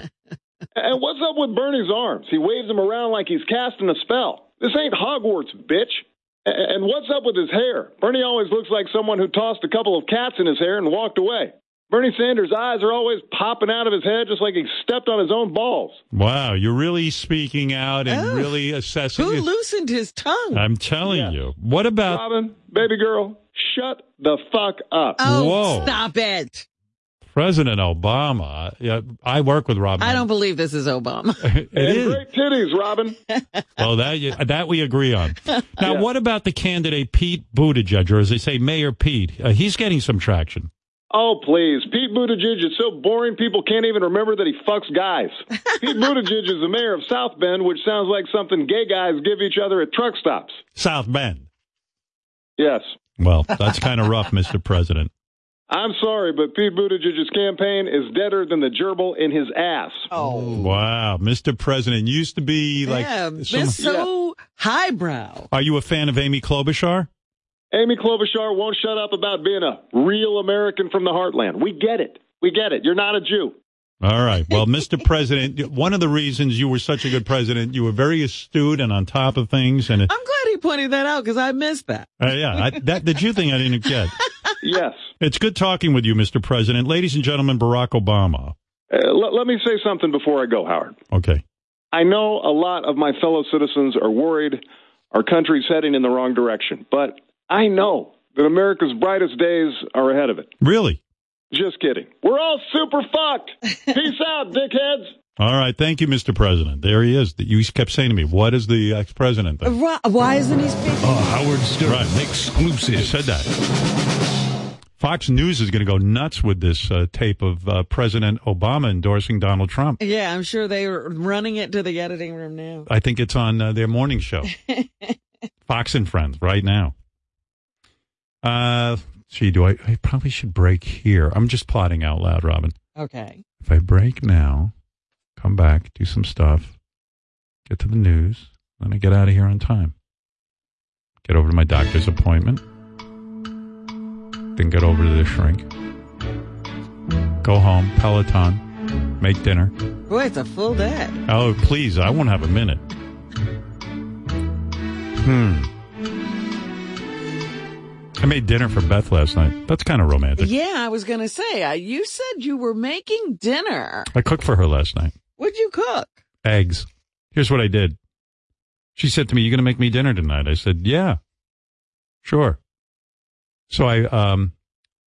S20: And what's up with Bernie's arms? He waves them around like he's casting a spell. This ain't Hogwarts, bitch. A- And what's up with his hair? Bernie always looks like someone who tossed a couple of cats in his hair and walked away. Bernie Sanders' eyes are always popping out of his head just like he stepped on his own balls.
S2: Wow, you're really speaking out and
S1: Oh,
S2: really assessing.
S20: Who
S1: loosened his tongue?
S2: I'm telling you. What about
S20: Robin, baby girl, shut the fuck up.
S2: Oh, Whoa.
S1: Stop it.
S2: President Obama? Yeah, I work with Robin.
S1: I don't believe this is Obama.
S2: it is.
S20: Great titties, Robin.
S2: Well, that you- that we agree on. Now, what about the candidate Pete Buttigieg, or as they say, Mayor Pete? Uh, he's getting some traction.
S20: Oh, please. Pete Buttigieg is so boring, people can't even remember that he fucks guys. Pete Buttigieg is the mayor of South Bend, which sounds like something gay guys give each other at truck stops.
S2: South Bend.
S20: Yes.
S2: Well, that's kind of rough, Mr. President.
S20: I'm sorry, but Pete Buttigieg's campaign is deader than the gerbil in his ass.
S1: Oh.
S2: Wow, Mr. President used to be like.
S1: yeah,
S2: some-
S1: this so highbrow.
S2: Are you a fan of Amy Klobuchar?
S20: Amy Klobuchar won't shut up about being a real American from the heartland. We get it. We get it. You're not a Jew.
S2: All right. Well, Mr. President, one of the reasons you were such a good president, you were very astute and on top of things. And
S1: I'm glad he pointed that out because I missed that.
S2: uh, yeah, I, that did you think I didn't get?
S20: Yes.
S2: It's good talking with you, Mr. President. Ladies and gentlemen, Barack Obama.
S20: Uh, let, let me say something before I go, Howard.
S2: Okay.
S20: I know a lot of my fellow citizens are worried our country's heading in the wrong direction, but I know that America's brightest days are ahead of it.
S2: Really?
S20: Just kidding. We're all super fucked. Peace out, dickheads.
S2: All right. Thank you, Mr. President. There he is. You kept saying to me, what is the ex president thing?
S1: Ro- Why isn't he speaking?
S2: Oh, Howard Stern exclusive. You said that. Fox News is going to go nuts with this uh, tape of uh, President Obama endorsing Donald Trump.
S1: Yeah, I'm sure they are running it to the editing room now.
S2: I think it's on uh, their morning show, Fox and Friends, right now. Uh, gee, do I? I probably should break here. I'm just plotting out loud, Robin.
S1: Okay.
S2: If I break now, come back, do some stuff, get to the news, then I get out of here on time. Get over to my doctor's appointment, then get over to the shrink. Go home, Peloton, make dinner.
S1: Boy, it's a full day.
S2: Oh, please, I won't have a minute. Hmm. I made dinner for Beth last night. That's kind of romantic.
S1: Yeah, I was going to say, uh, you said you were making dinner.
S2: I cooked for her last night.
S1: What'd you cook?
S2: Eggs. Here's what I did. She said to me, "You going to make me dinner tonight?" I said, "Yeah, sure." So I um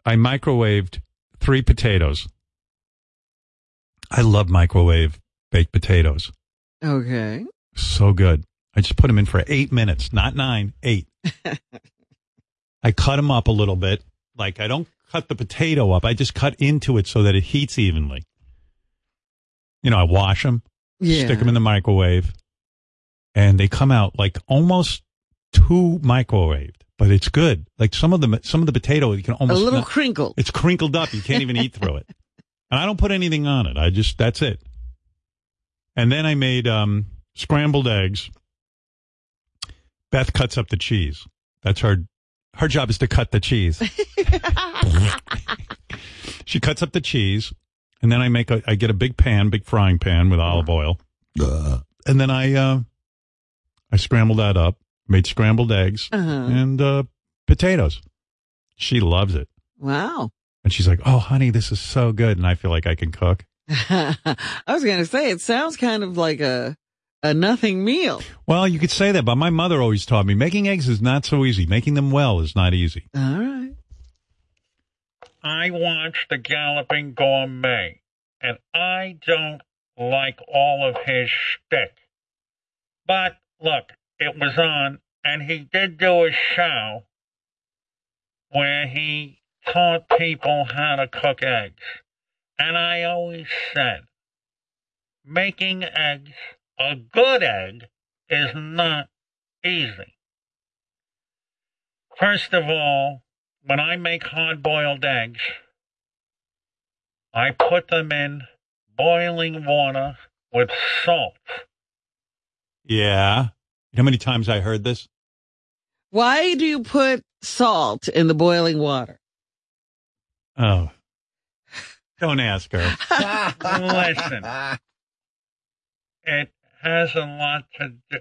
S2: I microwaved three potatoes. I love microwave baked potatoes.
S1: Okay.
S2: So good. I just put them in for eight minutes, not nine, eight. I cut them up a little bit. Like I don't cut the potato up. I just cut into it so that it heats evenly. You know, I wash them,
S1: Yeah.
S2: stick them in the microwave, and they come out like almost too microwaved, but it's good. Like some of the some of the potato, you can almost
S1: little
S2: not-
S1: crinkled.
S2: It's crinkled up. You can't even eat through it. And I don't put anything on it. I just that's it. And then I made um, scrambled eggs. Beth cuts up the cheese. That's her. Her job is to cut the cheese. she cuts up the cheese, and then I make a. I get a big pan, big frying pan with olive oil, and then I uh, I scramble that up. Made scrambled eggs
S1: Uh-huh.
S2: and uh, potatoes. She loves it,
S1: Wow.
S2: and she's like, "Oh, honey, this is so good," and I feel like I can cook.
S1: I was going to say, it sounds kind of like a, a nothing meal.
S2: Well, you could say that, but my mother always taught me making eggs is not so easy. Making them well is not easy.
S1: All right.
S18: I watched the Galloping Gourmet, and I don't like all of his shtick. But look, it was on, and he did do a show where he taught people how to cook eggs. And I always said, making eggs, a good egg, is not easy. First of all, when I make hard boiled eggs, I put them in boiling water with salt.
S2: Yeah. You know how many times I heard this?
S1: Why do you put salt in the boiling water?
S2: Oh. Don't ask her.
S18: Listen, it has a lot to do.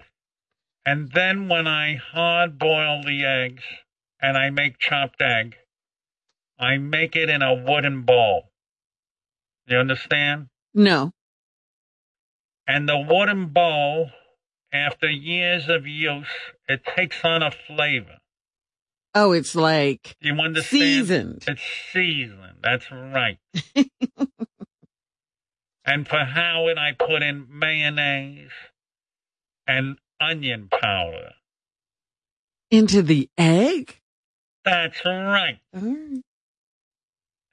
S18: And then when I hard boil the eggs and I make chopped egg, I make it in a wooden bowl. You understand?
S1: No.
S18: And the wooden bowl, after years of use, it takes on a flavor.
S1: Oh, it's like
S18: You understand?
S1: Seasoned.
S18: It's seasoned. That's right. and for Howard, I put in mayonnaise and onion powder.
S1: into the egg?
S18: That's right.
S1: Alright.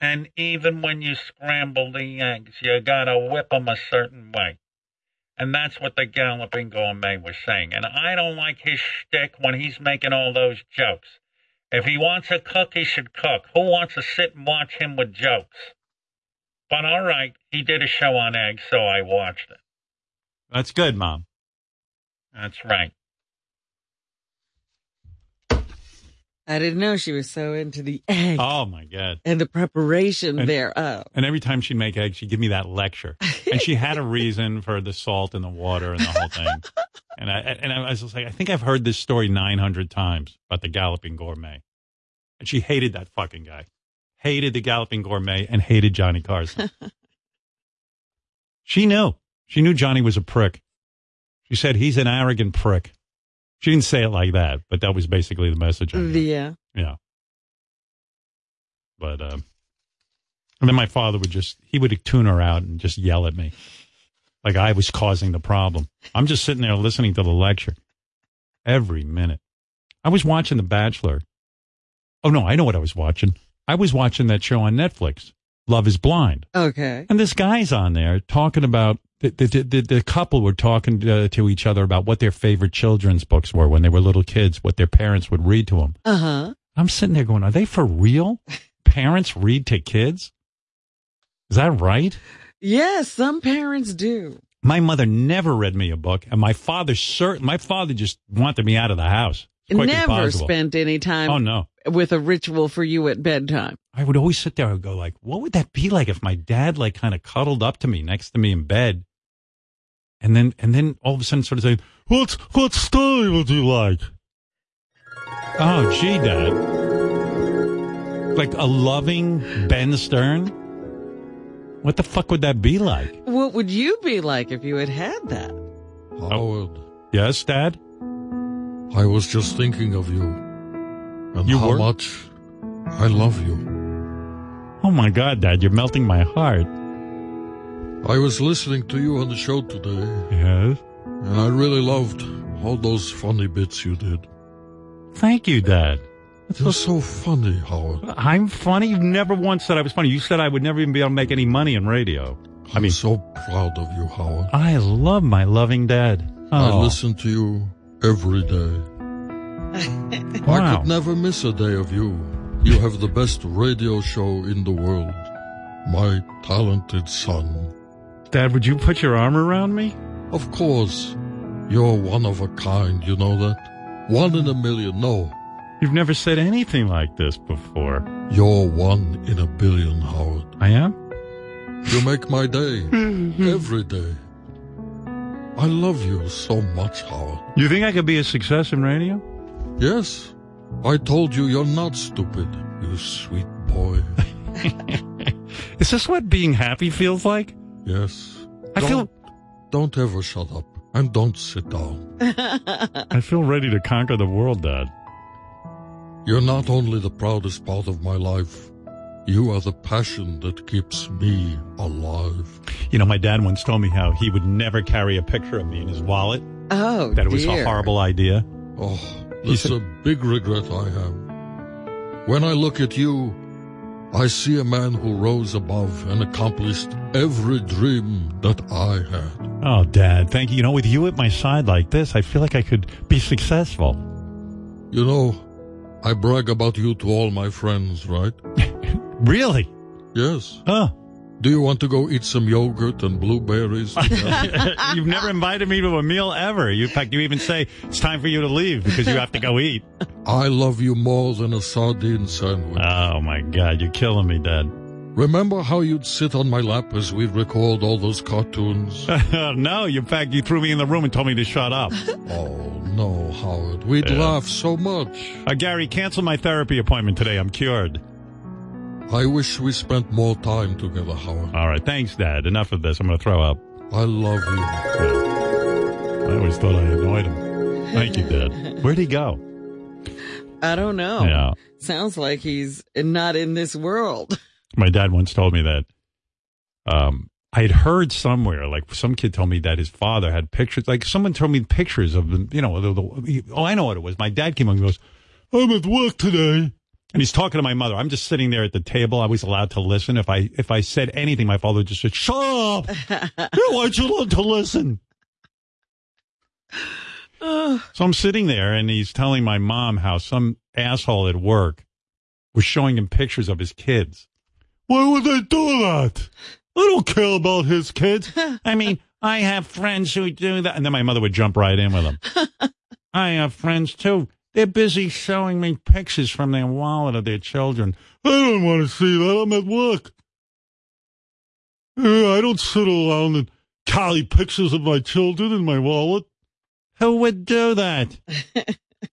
S18: And even when you scramble the eggs, you gotta whip 'em a certain way. And that's what the galloping gourmet was saying. And I don't like his shtick when he's making all those jokes. If he wants to cook, he should cook. Who wants to sit and watch him with jokes? But all right, he did a show on eggs, so I watched it.
S2: That's good, Mom.
S18: That's right.
S1: I didn't know she was so into the egg
S2: Oh, my God.
S1: and the preparation
S2: And-
S1: thereof.
S2: And every time she'd make eggs, she'd give me that lecture. And she had a reason for the salt and the water and the whole thing. And I and I was just like, I think I've heard this story 900 times about the Galloping Gourmet. And she hated that fucking guy. Hated the Galloping Gourmet and hated Johnny Carson. she knew. She knew Johnny was a prick. She said he's an arrogant prick. She didn't say it like that, but that was basically the message. I got.
S1: Yeah.
S2: Yeah. But um and then my father would just he would tune her out and just yell at me. Like I was causing the problem. I'm just sitting there listening to the lecture every minute. I was watching The Bachelor. Oh no, I know what I was watching. I was watching that show on Netflix, Love is Blind.
S1: Okay.
S2: And this guy's on there talking about the the, the, the couple were talking uh, to each other about what their favorite children's books were when they were little kids, what their parents would read to them.
S1: Uh huh.
S2: I'm sitting there going, are they for real? Parents read to kids? Is that right?
S1: Yes, some parents do.
S2: My mother never read me a book, and my father certain my father just wanted me out of the house. as quick as
S1: Never
S2: possible.
S1: spent any time
S2: Oh no.
S1: with a ritual for you at bedtime.
S2: I would always sit there and go like, what would that be like if my dad like kind of cuddled up to me next to me in bed? And then and then all of a sudden sort of saying, What what story would you like? Oh gee dad. Like a loving Ben Stern? What the fuck would that be like?
S1: What would you be like if you had had that?
S21: Howard,
S2: Yes, Dad?
S21: I was just thinking of you. And
S2: You
S21: how
S2: were?
S21: much I love you.
S2: Oh my god, Dad, you're melting my heart.
S21: I was listening to you on the show today,
S2: Yes.
S21: and I really loved all those funny bits you did.
S2: Thank you, Dad.
S21: You're so funny, Howard.
S2: I'm funny. You never once said I was funny. You said I would never even be able to make any money in radio. I mean,
S21: so proud of you, Howard.
S2: I love my loving dad.
S21: I
S2: Oh.
S21: listen to you every day. I
S2: Wow.
S21: could never miss a day of you. You have the best radio show in the world. My talented son.
S2: Dad, would you put your arm around me?
S21: Of course. You're one of a kind, you know that? One in a million, no.
S2: You've never said anything like this before.
S21: You're one in a billion, Howard.
S2: I am?
S21: You make my day. every day. I love you so much, Howard.
S2: You think I could be a success in radio?
S21: Yes, I told you you're not stupid, you sweet boy.
S2: Is this what being happy feels like?
S21: Yes.
S2: I
S21: don't,
S2: feel-
S21: Don't ever shut up and don't sit down.
S2: I feel ready to conquer the world, Dad.
S21: You're not only the proudest part of my life, you are the passion that keeps me alive.
S2: You know, my dad once told me how he would never carry a picture of me in his wallet.
S1: Oh,
S2: that it was
S1: dear.
S2: a horrible idea.
S21: Oh, this is a big regret I have. When I look at you, I see a man who rose above and accomplished every dream that I had.
S2: Oh, Dad, thank you. You know, with you at my side like this, I feel like I could be successful.
S21: You know, I brag about you to all my friends, right?
S2: Really?
S21: Yes.
S2: Huh?
S21: Do you want to go eat some yogurt and blueberries?
S2: You've never invited me to a meal ever. You, in fact, you even say it's time for you to leave because you have to go eat.
S21: I love you more than a sardine sandwich.
S2: Oh my God, you're killing me, Dad.
S21: Remember how you'd sit on my lap as we'd record all those cartoons?
S2: no, you- in fact, you threw me in the room and told me to shut up.
S21: oh no, Howard, we'd
S2: Yeah.
S21: laugh so much.
S2: Uh, Gary, cancel my therapy appointment today. I'm cured.
S21: I wish we spent more time together, Howard.
S2: All right, thanks, Dad. Enough of this. I'm going to throw up.
S21: I love you.
S2: I always thought I annoyed him. Thank you, Dad. Where'd he go?
S1: I don't know.
S2: Yeah.
S1: Sounds like he's not in this world.
S2: My dad once told me that um, I had heard somewhere, like some kid told me that his father had pictures. Like someone told me pictures of them. You know, the, the, oh, I know what it was. My dad came on and goes, "I'm at work today," and he's talking to my mother. I'm just sitting there at the table. I was allowed to listen. If I if I said anything, my father just said, "Shut up! you want you allowed to listen." So I'm sitting there and he's telling my mom how some asshole at work was showing him pictures of his kids. Why would they do that? I don't care about his kids. I mean, I have friends who do that. And then my mother would jump right in with him. I have friends too. They're busy showing me pictures from their wallet of their children. I don't want to see that. I'm at work. Uh, I don't sit around and tally pictures of my children in my wallet. Who would do that?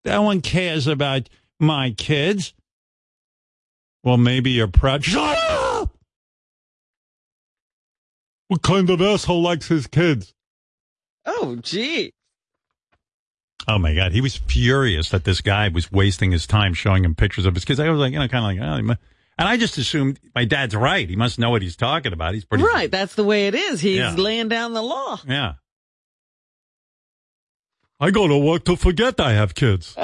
S2: no one cares about my kids. Well, maybe you're proud. Shut up! What kind of asshole likes his kids?
S1: Oh, gee.
S2: Oh my God. He was furious that this guy was wasting his time showing him pictures of his kids. I was like, you know, kind of like, oh, he mu- and I just assumed my dad's right. He must know what he's talking about. He's pretty.
S1: right. That's the way it is. He's
S2: Yeah.
S1: laying down the law.
S2: Yeah. I go to work to forget I have kids.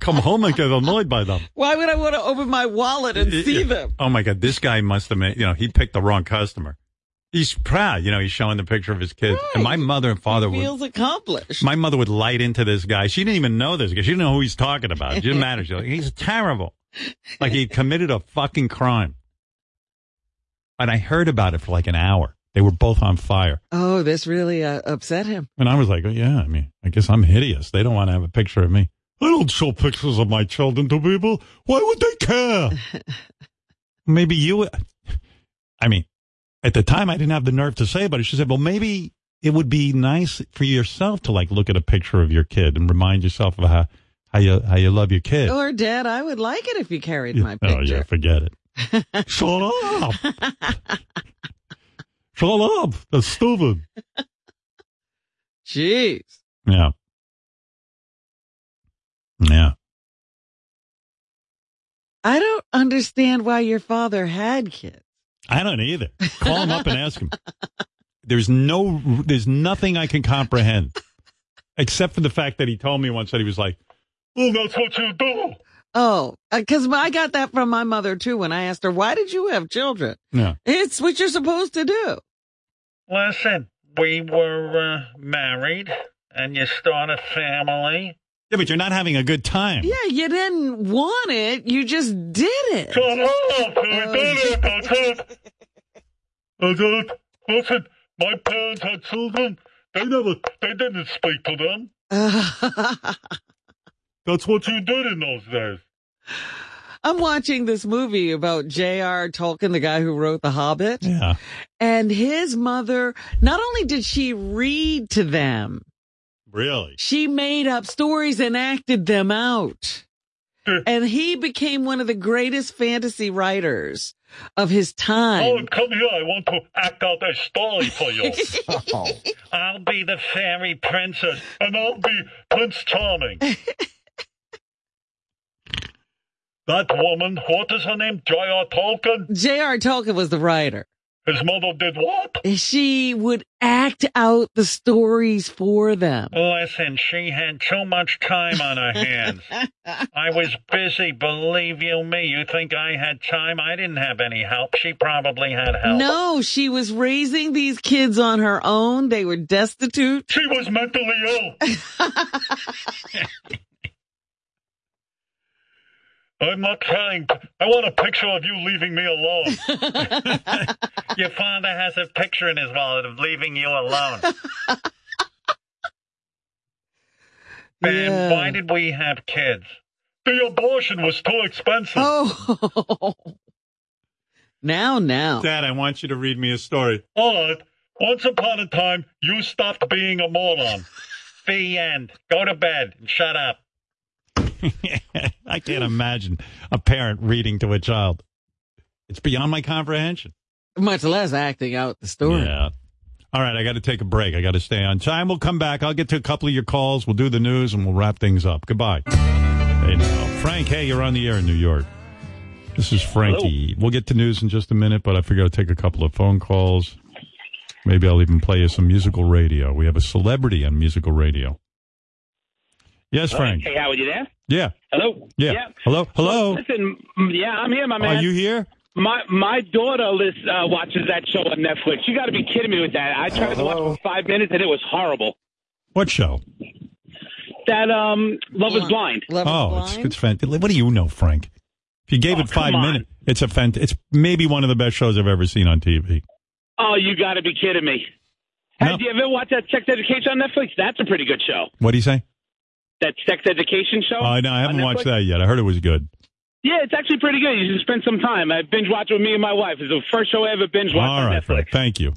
S2: Come home and get annoyed by them.
S1: Why would I want to open my wallet and see them?
S2: Oh my God, this guy must have made, you know, he picked the wrong customer. He's proud, you know, he's showing the picture of his kids. And my mother and father
S1: Feels
S2: would,
S1: accomplished.
S2: my mother would light into this guy. She didn't even know this guy. She didn't know who he's talking about. It didn't matter. She's like, he's terrible. Like he committed a fucking crime. And I heard about it for like an hour. They were both on fire.
S1: Oh, this really uh, upset him.
S2: And I was like, oh, yeah, I mean, I guess I'm hideous. They don't want to have a picture of me. I don't show pictures of my children to people. Why would they care? maybe you, I mean, at the time I didn't have the nerve to say, but she said, well, maybe it would be nice for yourself to like look at a picture of your kid and remind yourself of how, how you, how you love your kid.
S1: Or, Dad, Oh, I would like it if you carried my
S2: Oh yeah,
S1: picture.
S2: forget it. Shut up. Shut up. That's stupid.
S1: Jeez.
S2: Yeah. Yeah.
S1: I don't understand why your father had kids.
S2: I don't either. Call him up and ask him. There's no, there's nothing I can comprehend except for the fact that he told me once that he was like,
S18: Well, that's what you do.
S1: Oh, because I got that from my mother too when I asked her, why did you have children?
S2: Yeah.
S1: It's what you're supposed to do.
S18: Listen, we were uh, married and you start a family.
S2: Yeah, but you're not having a good time.
S1: Yeah, you didn't want it. You just did it. Oh,
S18: Come on, I did it. I did it. I did it. Listen, my parents had children. They never, they didn't speak to them. That's what you did in those days.
S1: I'm watching this movie about J.R. Tolkien, the guy who wrote The Hobbit.
S2: Yeah.
S1: And his mother, not only did she read to them,
S2: Really?
S1: she made up stories and acted them out. and he became one of the greatest fantasy writers of his
S18: Oh,
S1: time.
S18: come here. I want to act out a story for you. I'll be the fairy princess and I'll be Prince Charming. that woman, what is her name? J.R. Tolkien?
S1: J.R. Tolkien was the writer.
S18: His mother did what?
S1: She would act out the stories for them.
S18: Listen, she had too much time on her hands. I was busy, believe you me. You think I had time? I didn't have any help. She probably had help.
S1: No, she was raising these kids on her own. They were destitute.
S18: She was mentally ill. I'm not trying. I want a picture of you leaving me alone. Your father has a picture in his wallet of leaving you alone. And
S1: Yeah.
S18: why did we have kids? The abortion was too expensive.
S1: Oh. now, now.
S2: Dad, I want you to read me a story.
S18: All right. Once upon a time, you stopped being a moron. the end. Go to bed and shut up.
S2: I can't imagine a parent reading to a child. It's beyond my comprehension.
S1: Much less acting out the story.
S2: Yeah. All right, I got to take a break. I got to stay on time. We'll come back. I'll get to a couple of your calls. We'll do the news and we'll wrap things up. Goodbye. Hey, now. Frank, hey, you're on the air in New York. This is Frankie. We'll get to news in just a minute, but I figure I'll take a couple of phone calls. Maybe I'll even play you some musical radio. We have a celebrity on musical radio. Yes, Frank.
S22: Hey, Howard, you there?
S2: Yeah.
S22: Hello.
S2: Yeah. Hello. Hello.
S22: Listen, mm, yeah, I'm here, my man.
S2: Are you here?
S22: My my daughter list, uh, watches that show on Netflix. You got to be kidding me with that. I tried to watch for five minutes and it was horrible.
S2: What show?
S22: That um, Love is Blind.
S2: oh, it's it's fantastic. What do you know, Frank? If you gave
S22: Oh,
S2: it five minutes, it's a fant- It's maybe one of the best shows I've ever seen on TV.
S22: Oh, you got to be kidding me. Hey, do you ever watch that Sex Education on Netflix? That's a pretty good show.
S2: What do you say?
S22: That Sex Education show.
S2: Oh, I know. I haven't
S22: on
S2: watched
S22: Netflix?
S2: that yet. I heard it was good.
S22: Yeah, it's actually pretty good. You should spend some time. I binge watched with me and my wife. It's the first show I ever binge watched
S2: All
S22: on
S2: right,
S22: Netflix.
S2: Frank. Thank you.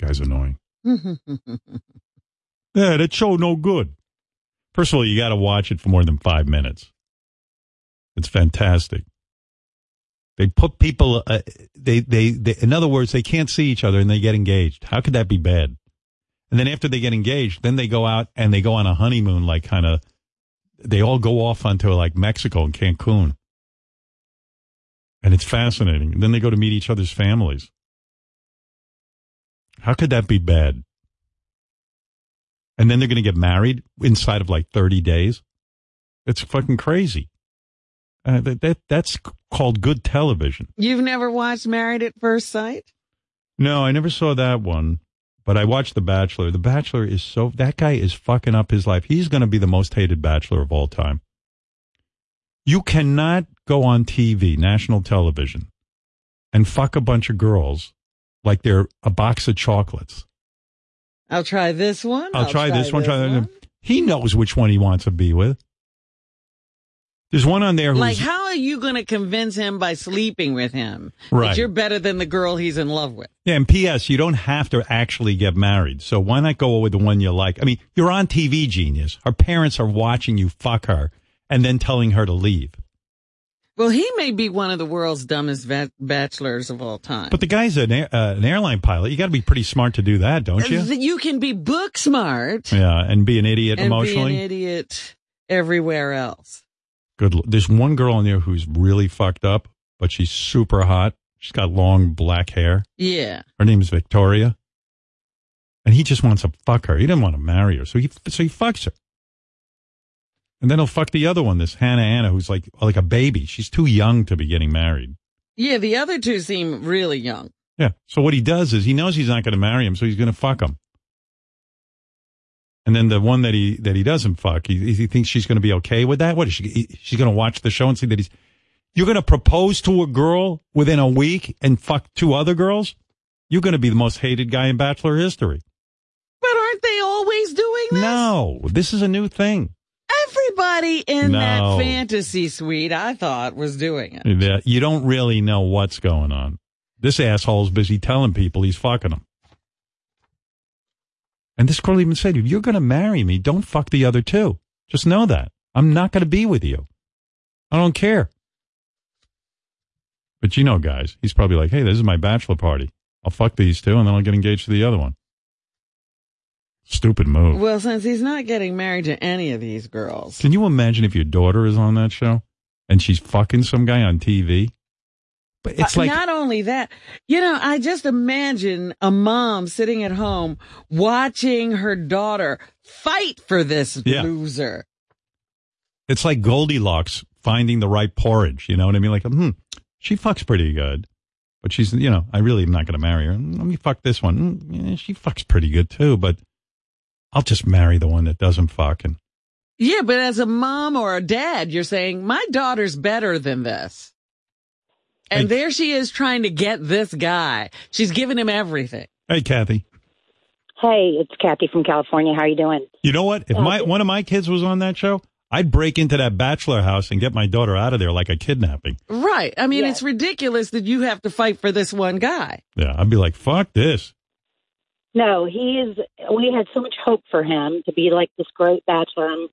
S2: Guy's annoying. Yeah, that show no good. First of all, you got to watch it for more than five minutes. It's fantastic. They put people. Uh, they, they they in other words, they can't see each other and they get engaged. How could that be bad? And then after they get engaged, then they go out and they go on a honeymoon, like kind of. They all go off onto like Mexico and Cancun, and it's fascinating. then they go to meet each other's families. How could that be bad? and then they're going to get married inside of like 30 days. It's fucking crazy. Uh, that, that that's called good television.
S1: You've never watched Married at First Sight?
S2: No, I never saw that one, but I watched The Bachelor. The Bachelor is so that guy is fucking up his life. He's going to be the most hated bachelor of all time. You cannot go on TV, national television, and fuck a bunch of girls like they're a box of chocolates.
S1: I'll try this one.
S2: I'll, try, this one. Try that one. He knows which one he wants to be with. There's one on there who's
S1: Like, how are you going to convince him by sleeping with him
S2: Right.
S1: that you're better than the girl he's in love with?
S2: yeah. And P.S. You don't have to actually get married, so why not go with the one you like? I mean, you're on TV, genius. Her parents are watching you fuck her and then telling her to leave.
S1: Well, he may be one of the world's dumbest va- bachelors of all time.
S2: But the guy's an air, uh, an airline pilot. You got to be pretty smart to do that, don't you?
S1: Th- You can be book smart
S2: Yeah, and be an idiot
S1: and
S2: emotionally.
S1: be an idiot everywhere else.
S2: Good. l- There's one girl in there who's really fucked up, but she's super hot. She's got long black hair.
S1: Yeah.
S2: Her name is Victoria. And he just wants to fuck her. He didn't want to marry her. So he, so he fucks her. And then he'll fuck the other one, this Hannah Anna, who's like like a baby. She's too young to be getting married.
S1: Yeah, the other two seem really young.
S2: Yeah. So what he does is he knows he's not going to marry him, so he's going to fuck him. And then the one that he that he doesn't fuck, he, he thinks she's going to be okay with that. What is she? he- She's going to watch the show and see that he's. You're going to propose to a girl within a week and fuck two other girls. You're going to be the most hated guy in Bachelor history.
S1: But aren't they always doing this?
S2: No, this is a new thing.
S1: Everybody in
S2: No.
S1: that fantasy suite, I thought, was doing it.
S2: that you don't really know what's going on. This asshole's busy telling people he's fucking them. And this girl even said, if you're going to marry me, don't fuck the other two. Just know that. I'm not going to be with you. I don't care. But you know, guys, he's probably like, hey, this is my bachelor party. I'll fuck these two and then I'll get engaged to the other one. Stupid move.
S1: Well, since he's not getting married to any of these girls,
S2: Can you imagine if your daughter is on that show and she's fucking some guy on TV? But it's
S1: Uh,
S2: like
S1: not only that, you know, I just imagine a mom sitting at home watching her daughter fight for this
S2: Yeah.
S1: loser.
S2: It's like Goldilocks finding the right porridge. You know what I mean? Like, hmm, she fucks pretty good, but she's, you know, I really am not going to marry her. Mm, Let me fuck this one. Mm, yeah, she fucks pretty good too, but I'll just marry the one that doesn't fuck. And
S1: Yeah, but as a mom or a dad, you're saying, my daughter's better than this. And there she is trying to get this guy. She's giving him everything.
S2: hey, Kathy,
S23: Hey, it's Kathy from California. How you doing?
S2: you know what? If
S23: Oh,
S2: my one of my kids was on that show, I'd break into that bachelor house and get my daughter out of there like a kidnapping.
S1: Right. I mean, it's ridiculous that you have to fight for this one guy.
S2: Yeah, I'd be like, fuck this.
S23: No, he is. We had so much hope for him to be like this great bachelor. I'm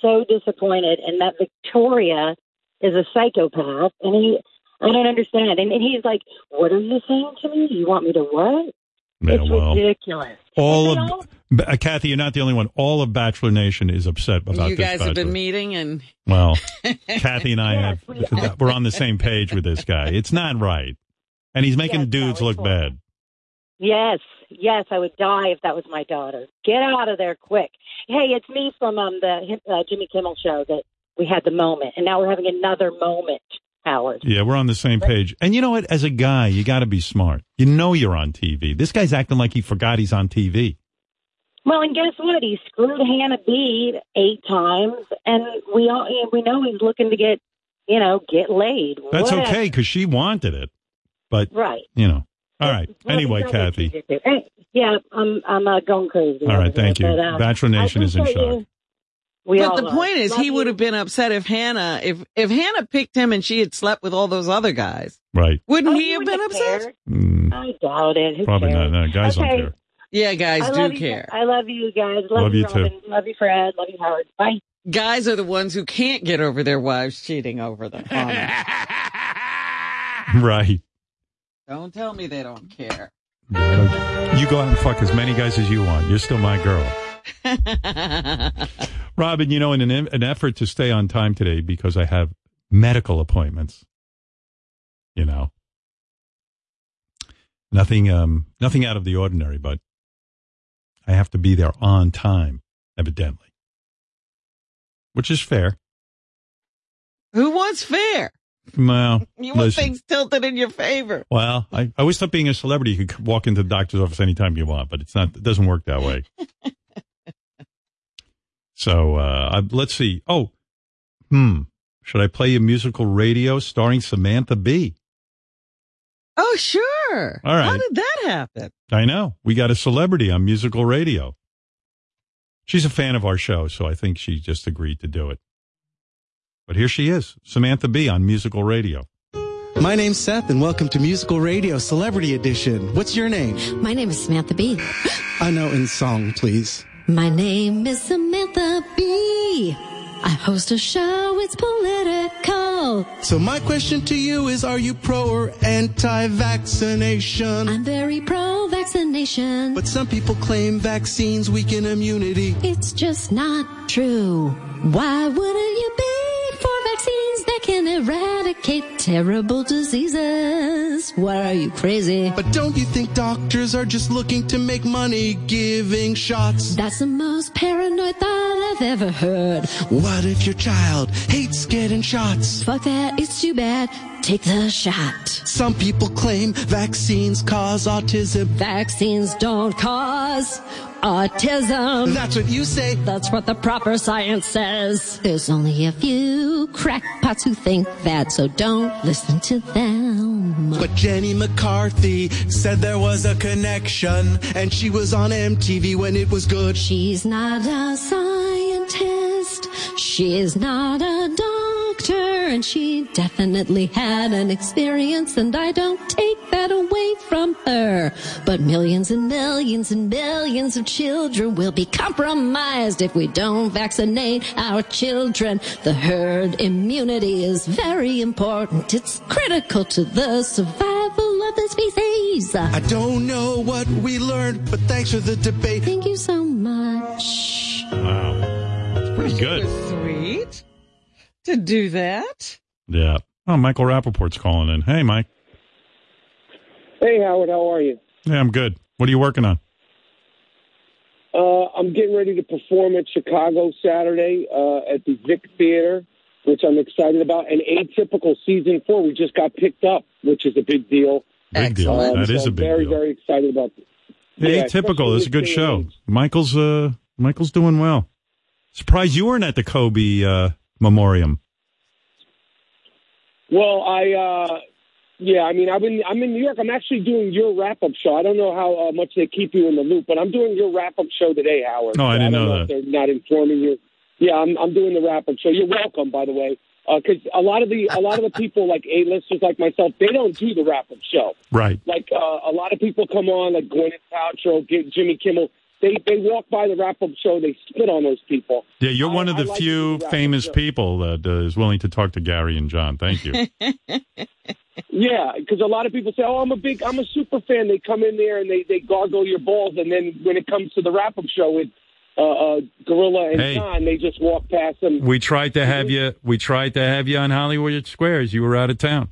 S23: so disappointed, and that Victoria is a psychopath, and he. I don't understand. And, and he's like, "What are you saying to me? You want me to what?
S2: Yeah,
S23: it's
S2: well,
S23: ridiculous."
S2: all of B- uh, Kathy, you're not the only one. All of Bachelor Nation is upset about
S1: you
S2: this.
S1: guys have
S2: bachelor.
S1: been meeting and
S2: Well, Kathy and I have we're on the same page with this guy. It's not right, and he's making dudes look bad.
S23: Yes, yes, I would die if that was my daughter. Get out of there quick! Hey, it's me from um, the uh, Jimmy Kimmel show that we had the moment, and now we're having another moment, Howard.
S2: Yeah, we're on the same page. And you know what? As a guy, you got to be smart. You know you're on TV. This guy's acting like he forgot he's on TV.
S23: Well, and guess what? He screwed Hannah B eight times, and we all we know he's looking to get, you know, get laid.
S2: That's
S23: Whatever.
S2: okay because she wanted it, but
S23: Right.
S2: you know. All right.
S23: Well,
S2: Anyway,
S23: he's not
S2: Kathy.
S23: interested. Hey, yeah, I'm I'm uh, going crazy.
S2: All right. Thank you.
S23: But, um,
S2: Bachelor Nation is in
S23: appreciate
S2: shock.
S23: you. We
S1: but
S23: all
S1: the
S23: are.
S1: point is,
S23: Love
S1: he would have been upset if Hannah, if if Hannah picked him and she had slept with all those other guys,
S2: Right.
S1: wouldn't Oh, he have been upset?
S2: Mm.
S23: I doubt it. Who
S2: Probably
S23: cares?
S2: not. No, guys
S23: Okay.
S2: don't care.
S1: Yeah, guys
S23: I love
S1: do
S23: you-
S1: care.
S23: I love you guys. Love,
S2: Love
S23: you,
S2: you too.
S23: Robin. Love you, Fred. Love you, Howard. Bye.
S1: Guys are the ones who can't get over their wives cheating over them. on them.
S2: Right.
S1: don't tell me they don't care.
S2: You go out and fuck as many guys as you want. You're still my girl. Robin, you know, in an, an effort to stay on time today because I have medical appointments, you know, nothing, um, nothing out of the ordinary, but I have to be there on time, evidently, which is fair.
S1: Who wants fair?
S2: Well,
S1: You want
S2: listen.
S1: things tilted in your favor.
S2: Well, I, I always thought being a celebrity you could walk into the doctor's office anytime you want, but it's not. It doesn't work that way. so uh, I, let's see. Oh, hmm. Should I play a musical radio starring Samantha Bee?
S1: Oh, sure.
S2: All right.
S1: How did that happen?
S2: I know we got a celebrity on musical radio. She's a fan of our show, so I think she just agreed to do it. But here she is, Samantha Bee on musical radio.
S24: My name's Seth, and welcome to Musical Radio Celebrity Edition. What's your name?
S25: My name is Samantha Bee.
S24: I know in song, please.
S25: My name is Samantha Bee. I host a show, it's political.
S24: So my question to you is, are you pro or anti-vaccination?
S25: I'm very pro vaccination.
S24: But some people claim vaccines weaken immunity.
S25: It's just not true. Why wouldn't you be for vaccines that can eradicate terrible diseases? What are you crazy?
S24: But don't you think doctors are just looking to make money giving shots?
S25: That's the most paranoid thought I've I've ever heard.
S24: What if your child hates getting shots?
S25: Fuck that, it's too bad. Take the shot.
S24: Some people claim vaccines cause autism.
S25: Vaccines don't cause autism.
S24: That's what you say.
S25: That's what the proper science says. There's only a few crackpots who think that, so don't listen to them.
S24: But Jenny McCarthy said there was a connection, and she was on MTV when it was good.
S25: She's not a scientist. She's not a doctor. And she definitely had an experience, and I don't take that away from her. But millions and millions and millions of children will be compromised if we don't vaccinate our children. The herd immunity is very important. It's critical to the survival of the species.
S24: I don't know what we learned, but thanks for the debate.
S25: Thank you so much.
S2: Wow. It's pretty good.
S1: Sweet to do that.
S2: Yeah. Oh, Michael Rappaport's calling in. Hey, Mike.
S26: Hey, Howard, how are you?
S2: Yeah, I'm good. What are you working on?
S26: Uh, I'm getting ready to perform at Chicago Saturday uh, at the Vic Theater, which I'm excited about. And Atypical Season 4, we just got picked up, which is a big deal.
S2: Big deal.
S26: Um,
S2: That is
S26: so
S2: a big
S26: very,
S2: deal.
S26: very excited about it.
S2: Hey,
S26: Yeah,
S2: Atypical
S26: especially
S2: is a good
S26: this day
S2: show.
S26: and
S2: Michael's uh Michael's doing well. Surprised you weren't at the Kobe uh memoriam.
S26: Well, I, uh, yeah, I mean, I've been, I'm in New York. I'm actually doing your wrap up show. I don't know how uh, much they keep you in the loop, but I'm doing your wrap up show today, Howard.
S2: No, Oh, I
S26: So
S2: didn't
S26: don't
S2: know
S26: If
S2: that.
S26: they're not informing you. Yeah, I'm, I'm doing the wrap up show. You're welcome, by the way, because a lot of the, a lot of the people like A listers like myself, they don't do the wrap up show.
S2: Right.
S26: Like uh, a lot of people come on, like Gwyneth Paltrow, G- Jimmy Kimmel. They they walk by the wrap up show, they spit on those people.
S2: Yeah, you're one of
S26: I
S2: the
S26: like to
S2: few
S26: do that.
S2: famous people that uh, is willing to talk to Gary and John. Thank you.
S26: Yeah, because a lot of people say, "Oh, I'm a big, I'm a super fan." They come in there and they they gargle your balls, and then when it comes to the wrap up show with uh, uh, Gorilla and
S2: Hey.
S26: John, they just walk past them.
S2: we tried to have you. We tried to have you on Hollywood Squares. You were out of town.